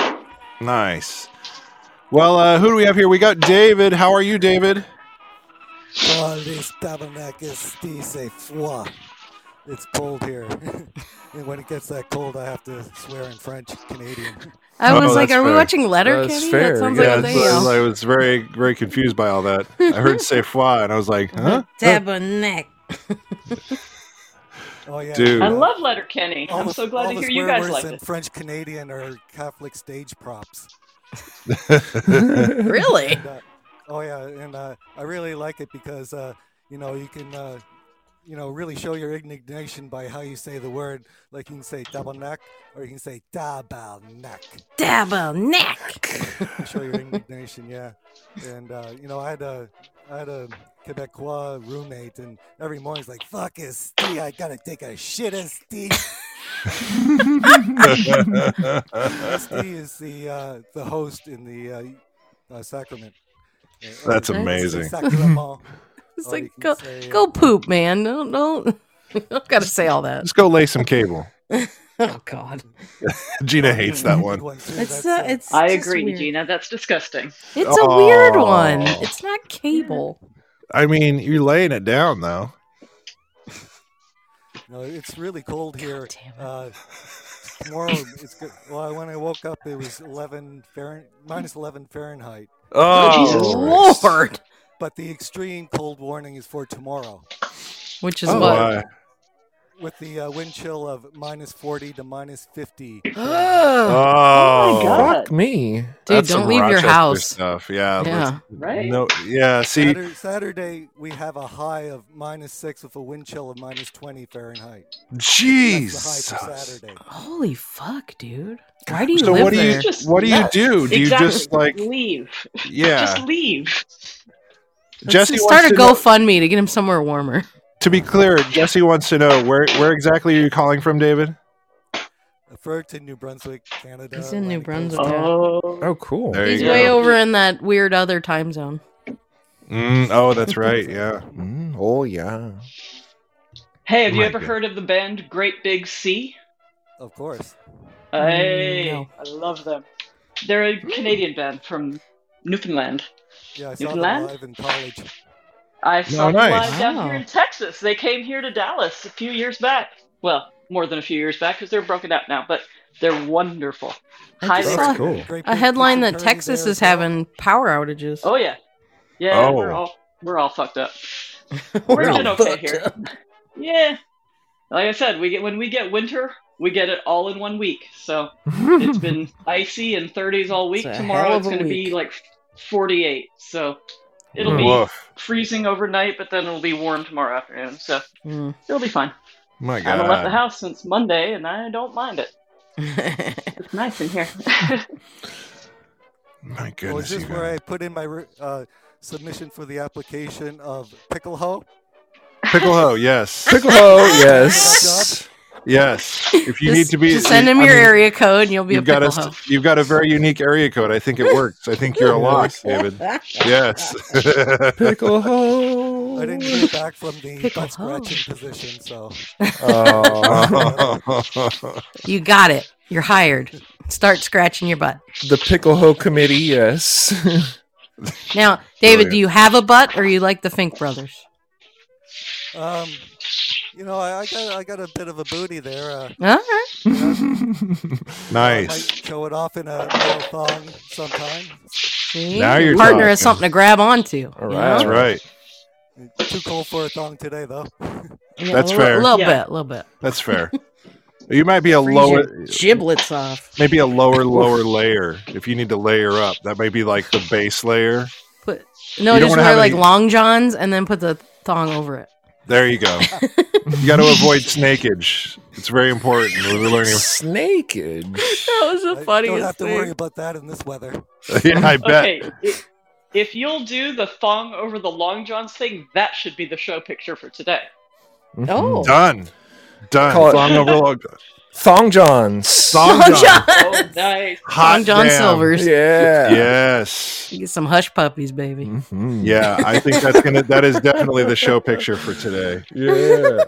A: Nice. Well, uh, who do we have here? We got David. How are you, David?
K: Police Tabernacles dice foi. It's cold here. and when it gets that cold, I have to swear in French Canadian.
B: I
A: Oh,
B: was like,
A: that's
B: are we
A: fair.
B: watching Letterkenny?
D: That's
B: That
D: fair,
B: sounds
D: yeah,
B: like a
A: it's-
B: thing.
A: I,
B: else.
A: was, I was very, very confused by all that. I heard "say foi" and I was like, "Huh?"
F: Tabernacle.
K: Oh yeah,
A: Dude.
E: I love Letterkenny.
K: All
E: I'm
K: the-
E: so glad
K: all
E: to
K: the
E: hear you
K: swear
E: guys
K: words
E: like
K: in
E: it.
K: French Canadian are Catholic stage props.
B: Really?
K: And, uh, oh yeah, and uh, I really like it because uh, you know you can uh, you know really show your indignation by how you say the word. Like you can say tabarnak or you can say tabarnak.
B: Double neck.
K: You show your indignation, yeah. And uh, you know I had a I had a Quebecois roommate, and every morning he's like, "Fuck is tea, I gotta take a shit as tea." SD is the uh, the host in the uh, uh, sacrament. Uh,
A: That's
K: or-
A: amazing.
K: Sacrament.
B: It's
K: Or you
B: like
K: can
B: go,
K: say,
B: go poop, man. Don't don't. you don't gotta say all that.
A: Let's go lay some cable.
B: Oh God.
A: Gina hates that
K: good
A: one.
K: one, too.
B: It's
K: That's,
B: uh,
K: uh,
B: it's.
E: I
B: just
E: agree,
B: weird.
E: Gina. That's disgusting.
B: It's a weird one.
A: Oh.
B: It's not cable.
A: I mean, you're laying it down though.
K: no, it's really cold here.
B: damn
A: Oh,
B: it.
K: Uh, tomorrow, it's good. Well, when I woke up, it was eleven Fahren- minus eleven Fahrenheit.
E: Oh,
B: Jesus Lord.
K: But the extreme cold warning is for tomorrow,
B: Which is
A: Oh,
B: what.
A: I-
K: with the uh, wind chill of minus forty to minus fifty.
B: Ugh.
E: Oh my God.
D: Fuck me.
B: oh Dude,
A: that's
B: don't
A: some
B: leave your
A: Rochester
B: house.
A: Stuff. Yeah. let's-
B: Yeah.
E: Right?
A: No. Yeah. See,
K: Saturday, Saturday, we have a high of minus six with a wind chill of minus 20 Fahrenheit. That's
A: Jesus.
K: the high for Saturday.
B: Holy fuck, dude. Why do you
A: So
B: live
A: what do you
B: there?
E: Just-
A: what do you
E: yeah.
A: do? Do you
E: exactly.
A: just like
E: leave?
A: yeah?
E: Just leave.
B: Let's
A: Jesse
B: just
A: wants
B: start
A: to
B: a
A: know-
B: GoFundMe to get him somewhere warmer.
A: To be clear, Jesse wants to know where where exactly are you calling from, David?
K: Fredericton, New Brunswick, Canada.
B: He's in New
K: Atlantic
B: Brunswick.
K: Coast.
E: Oh,
D: Oh, cool.
A: There
B: He's
A: you go.
B: way over in that weird other time zone.
A: Mm, oh, that's right. Yeah.
D: Mm, oh yeah.
E: Hey, have you
A: My
E: ever
A: God.
E: heard of the band Great Big Sea?
K: Of course.
B: Mm,
E: Hey,
B: no.
E: I love them. They're a Canadian band from Newfoundland.
K: Yeah, I saw them
E: Newfoundland?
K: live in college.
E: I saw them
A: nice.
E: live down here
B: Wow.
E: in Texas. They came here to Dallas a few years back. Well, more than a few years back because they're broken up now, but they're wonderful.
B: I just
E: Highly
B: saw
E: recommend-
D: cool.
K: Great
B: A
K: big
B: headline
K: kitchen
B: that
K: party
B: Texas
K: there
B: is
K: as well.
B: having power outages.
E: Oh yeah, yeah. We're
A: Oh.
E: all we're all fucked up.
B: We're
E: We're
B: all
E: doing okay
B: fucked
E: here. Yeah, like I said, we get when we get winter, we get it all in one week. So it's been icy and 30s all week.
B: It's a
E: Tomorrow
B: hell
E: it's
B: of a
E: going to be
B: week.
E: like 48. So it'll
A: Mm.
E: be
A: Woof.
E: freezing overnight, but then it'll be warm tomorrow afternoon. So
B: Mm.
E: it'll be fine.
A: My
E: I haven't left the
A: God.
E: house since Monday, and I don't mind it. It's nice in here.
A: My
K: Well, is
A: goodness.
K: this
A: you
K: where
A: guys.
K: I put in my re- uh, submission for the application of pickle hoe?
A: Pickle hoe. Yes.
D: Pickle yes.
A: Yes. If you
B: Just-
A: need to be
B: just send him
A: I
B: your
A: mean,
B: area code, and you'll be a
A: You've got
B: pickle
A: a
B: hoe.
A: you've got a very unique area code. I think it works. I think you're a lock, David. Yes.
D: Pickle hole.
K: I didn't get back from the
B: Pickle
K: butt scratching
B: hoe.
K: position, so Uh,
D: Oh,
B: You got it. You're hired. Start scratching your butt
D: the pickle hoe committee. Yes.
B: now, David. Do you have a butt, or you like the Fink brothers?
K: um, you know, I, I got I got a bit of a booty there. Uh,
B: All right.
K: I might
A: nice.
K: show it off in a little thong sometime.
B: See?
A: Now
B: Your
A: you're
B: partner
A: talking.
B: has something to grab onto. you
D: All right.
B: know?
A: That's right.
K: Too cold for a thong today, though.
B: Yeah,
A: That's
B: a li-
A: fair.
B: A little
E: Yeah.
B: bit. A little bit.
A: That's fair. You might be a
B: Freeze
A: lower
B: your giblets off.
A: maybe a lower lower layer if you need to layer up. That may be like the base layer.
B: Put no,
A: You don't
B: just
A: wanna
B: wear
A: have
B: like
A: any-
B: long johns and then put the thong over it.
A: There you go. you got to avoid snakeage. It's very important. We're learning.
D: Snakeage.
B: That was the
K: I don't have to worry about that in this weather.
A: Yeah, I bet.
E: okay, i- if you'll do the thong over the long johns thing, that should be the show picture for today.
D: Mm-hmm.
B: Oh,
A: Done. Done.
D: Call it-
A: Thong overload.
D: Thong Johns.
A: Thong
B: long
A: John.
B: johns.
E: Oh, nice.
B: Long
A: Hot
B: john
A: damn.
B: silvers.
D: Yeah.
A: Yes.
B: You Get some hush puppies, baby.
A: Mm.
D: Mhm.
A: Yeah, I think that's gonna. That is definitely the show picture for today.
K: Uh,
D: Yeah.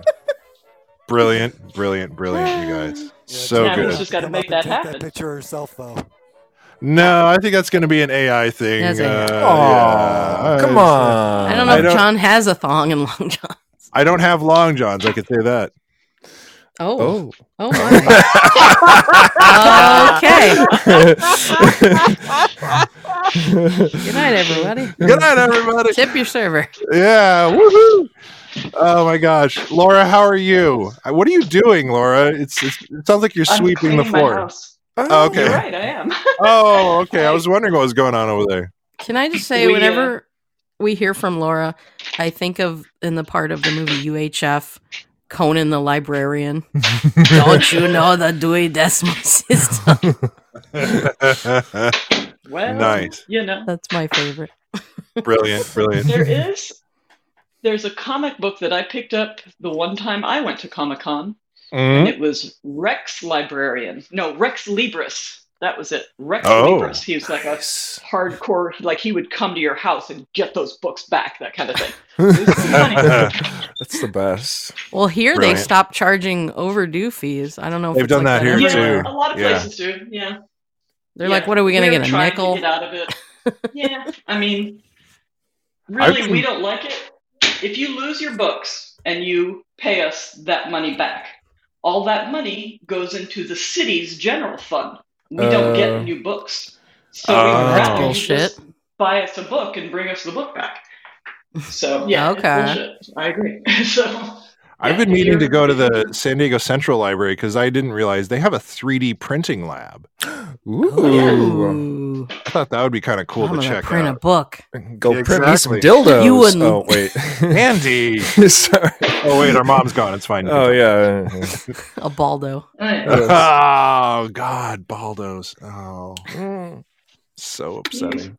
A: Brilliant, brilliant, brilliant, you guys. So
E: Yeah,
A: good.
E: it's just gotta
K: Come
E: make
K: up and
E: that
K: take
E: happen.
K: That picture herself, though.
A: No, I think that's going to be an AI thing.
B: That's AI.
A: Uh,
D: Aw,
A: yeah.
D: come
A: I-
D: on.
B: I don't know
A: I
B: if
A: don't-
B: John has a thong and long john.
A: I don't have long johns. I could say that.
B: Oh,
D: Oh.
B: oh,
A: Oh.
B: my. okay. Good night, everybody.
A: Good night, everybody.
B: Tip your server.
A: Yeah, woohoo! Oh my gosh, Laura, how are you? Uh, What are you doing, Laura? It's, it's it sounds like you're
E: I'm
A: sweeping the
E: cleaning my
A: floor.
E: house.
A: Oh, okay.
E: You're right, I am.
A: Oh, okay. I was wondering what was going on over there.
B: Can I just say,
E: We, uh,
B: whenever we hear from Laura, I think of in the part of the movie UHF, Conan the Librarian. Don't you know the Dewey Decimal System?
E: Well,
A: Nice.
E: You know,
B: That's my favorite.
A: Brilliant, brilliant.
E: there is there's a comic book that I picked up the one time I went to Comic Con,
K: Mm-hmm.
E: and
A: Mhm.
E: it was Rex Librarian. No, Rex Libris. That was it. Rex
A: Oh.
E: Libris. He was like a hardcore. Like he would come to your house and get those books back. That kind of thing.
D: That's the best.
B: Well, here
D: Brilliant.
B: they stopped charging overdue fees. I don't know. If
D: They've
B: it's
D: done
B: like
D: that here,
B: everywhere.
D: too.
E: A lot of
D: Yeah.
E: places do. Yeah.
B: They're like, what are we gonna
E: We're
B: get, a
E: trying
B: nickel?
E: To get out of it. Yeah. I mean, really,
B: been-
E: we don't like it. If you lose your books and you pay us that money back, all that money goes into the city's general fund. We don't
D: Uh.
E: get new books, so we
D: Oh.
E: would
D: That's
E: rather you
B: bullshit.
E: just buy us a book and bring us the book back. So yeah, it's
B: Okay.
E: bullshit. I agree. so.
A: I've been meaning to go to the San Diego Central Library because I didn't realize they have a 3D printing lab.
B: Oh,
D: Ooh.
B: Ooh,
A: I thought that would be kind of cool to
B: I'm gonna
A: check
B: print
A: out.
B: a book.
D: Go print me some
A: Exactly.
D: dildos.
B: You wouldn't-
D: Oh wait.
A: Andy.
D: Sorry.
A: Oh wait, our mom's gone. It's fine.
D: Oh yeah.
B: A Baldo.
A: oh God, Baldos. Oh, so upsetting.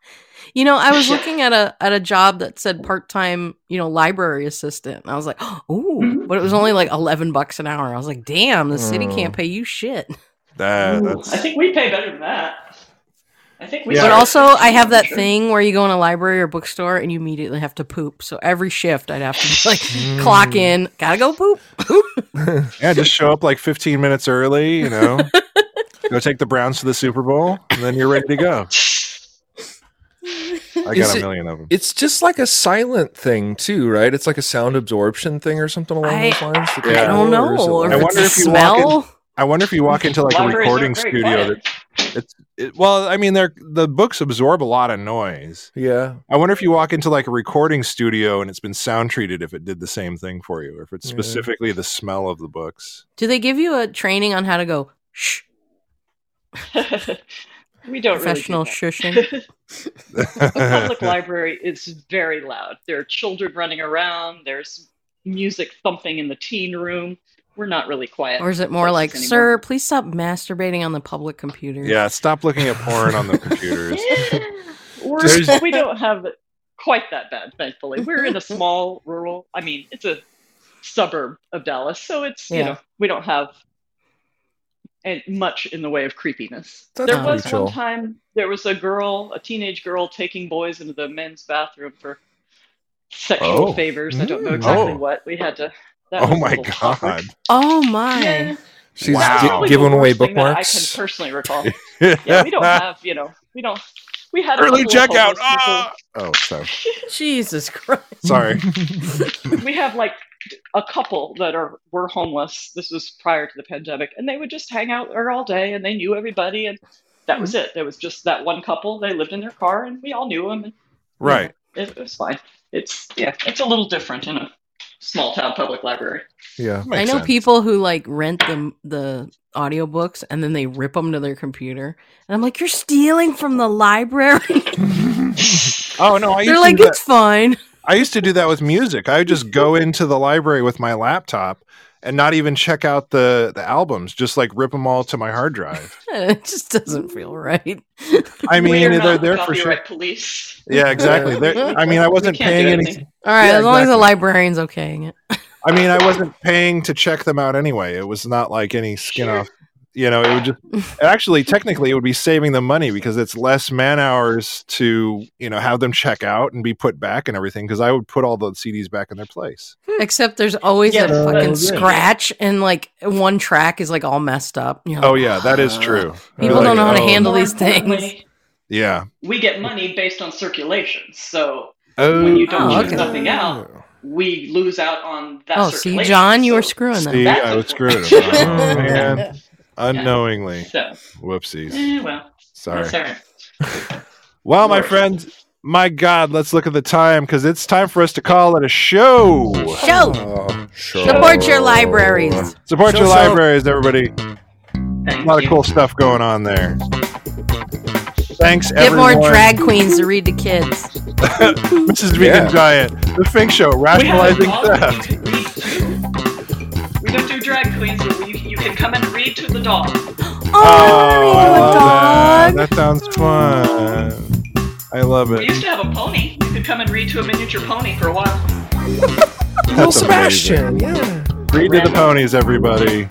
B: You know, I was looking at a at a job that said part time, you know, library assistant. And I was like,
A: Mm-hmm.
B: ooh, but it was only like eleven bucks an hour. I was like, damn, the city
A: Mm.
B: can't pay you shit.
A: That,
E: Ooh,
A: that's
E: I think we pay better than that. I think we.
B: But
E: charge
B: also, I have that
E: $15.
B: thing where you go in a library or bookstore and you immediately have to poop. So every shift, I'd have to be like
A: Mm.
B: clock in, gotta go poop.
A: yeah. Just show up like 15 minutes early. You know, go take the Browns to the Super Bowl, and then you're ready to go. I
D: Is
A: got a
D: it-
A: million of them.
D: It's just like a silent thing too, right? It's like a sound absorption thing or something along
B: I-
D: those lines. The
A: Yeah.
B: I don't
D: controller,
B: know. Or
D: or is it like-
A: I
B: if
A: wonder
B: it's a
A: if you walk in-
B: smell.
A: I wonder if you walk into like a
E: Libraries aren't
A: recording
E: very
A: studio
E: quiet.
A: that it, well, I mean, they're the books absorb a lot of noise.
D: yeah.
A: I wonder if you walk into like a recording studio and it's been sound treated, if it did the same thing for you, or if it's
D: Yeah.
A: specifically the smell of the books.
B: Do they give you a training on how to go shh,
E: we don't
B: professional
E: Really
B: shushing?
E: do that. a public library is very loud. There are children running around. There's music thumping in the teen room. We're not really quiet.
B: Or is it more
E: places
B: like,
E: anymore.
B: sir, please stop masturbating on the public computer?
A: yeah, stop looking at porn on the computers.
E: We're,
A: There's-
E: we don't have it quite that bad, thankfully. We're in a small rural. I mean, it's a suburb of Dallas, so it's you
B: Yeah.
E: know we don't have and much in the way of creepiness.
D: That's
E: there
D: pretty
E: was
D: chill.
E: one time there was a girl, a teenage girl, taking boys into the men's bathroom for sexual
A: Oh.
E: favors. I don't know
D: Mm.
E: exactly
A: Oh.
E: what we had to. That
A: Oh
E: was a
A: my
E: little awkward.
A: god.
B: Oh my.
E: Yeah.
D: She's
A: Wow.
D: gi-
E: Probably the
D: giving away
E: worst thing that I can
D: bookmarks.
E: personally recall. Yeah, we don't have, you know, we don't. We had a
A: Early
E: couple of
A: checkout.
E: homeless people-
A: Ah! Oh, sorry.
B: Jesus Christ.
A: Sorry.
E: we have like a couple that are were homeless. This was prior to the pandemic, and they would just hang out there all day, and they knew everybody, and that was it. There was just that one couple. They lived in their car, and we all knew them, and
A: Right.
E: it was fine. It's yeah, it's a little different in a small town public library.
D: Yeah.
B: I
A: Makes
B: know
A: sense.
B: people who like rent the the audiobooks and then they rip them to their computer. And I'm like, you're stealing from the library.
A: Oh no, I used
B: They're
A: to
B: like,
A: do that-
B: it's fine.
A: I used to do that with music. I would just go into the library with my laptop and not even check out the the albums, just like rip them all to my hard drive.
B: it just doesn't feel right.
A: I mean,
E: We're
A: they're
E: not
A: there
E: the
A: for sure.
E: copyright Police.
A: Yeah, exactly. They're- I mean, I wasn't
E: can't
A: paying
E: do
A: any.
E: anything.
B: All right,
A: Yeah,
B: as long as the
A: exactly.
B: librarian's okaying it.
A: I mean, I wasn't paying to check them out anyway. It was not like any skin off. You know, it would just actually technically it would be saving them money because it's less man hours to you know have them check out and be put back and everything. Because I would put all the CDs back in their place.
B: Except there's always
E: Yeah,
B: a
E: that's
B: fucking
E: good.
B: scratch and like one track is like all messed up. You know,
A: Oh yeah, that is true.
B: People
A: Like,
B: don't know how to
A: oh,
B: handle
E: More
B: these things.
E: importantly,
A: Yeah.
E: We get money based on circulation, so
A: Oh,
E: when you don't
B: Oh,
E: check
B: okay.
E: something out, we lose out on that.
B: Oh, see,
E: circulation.
B: John, you were
E: So-
B: screwing them.
A: See,
E: That's
A: I was screwed.
E: important.
A: up. Oh, man. Unknowingly.
E: So,
A: Whoopsies.
E: eh, well,
A: Sorry.
E: that's all right.
A: Well, my friends, my God, let's look at the time because it's time for us to call it a show.
B: Show.
D: Mm-hmm. Oh,
B: Support your libraries.
A: Support
B: Show,
A: your
B: show.
A: libraries, everybody. a lot of cool stuff going on there. Thanks,
B: Get
A: everyone.
B: more drag queens to read to kids.
A: Mrs. Vegan
B: Yeah.
A: Giant, The Fink Show, Rationalizing Theft.
E: We don't do drag queens, but you, you can come and read to the dog.
A: Oh, I love That. that sounds fun. I love
E: We
A: it.
E: used to have a pony. You could come and read to a miniature pony for a while.
A: That's amazing. Read to the ponies, everybody.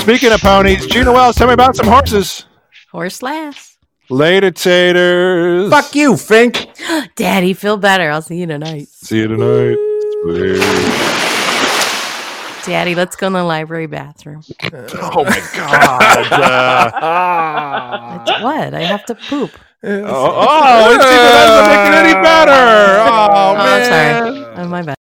A: Speaking of ponies, Gina Wells, tell me about some horses.
B: Horse last.
A: Later, taters. Fuck
B: you, Fink. Daddy, feel better. I'll see you tonight.
A: See you tonight. Oh,
B: Daddy, let's go in the library bathroom.
A: Oh my God.
B: It's what? I have to poop.
D: Oh,
A: oh, it doesn't make it any better. Oh,
B: I'm
A: man.
B: sorry. Oh, my bad.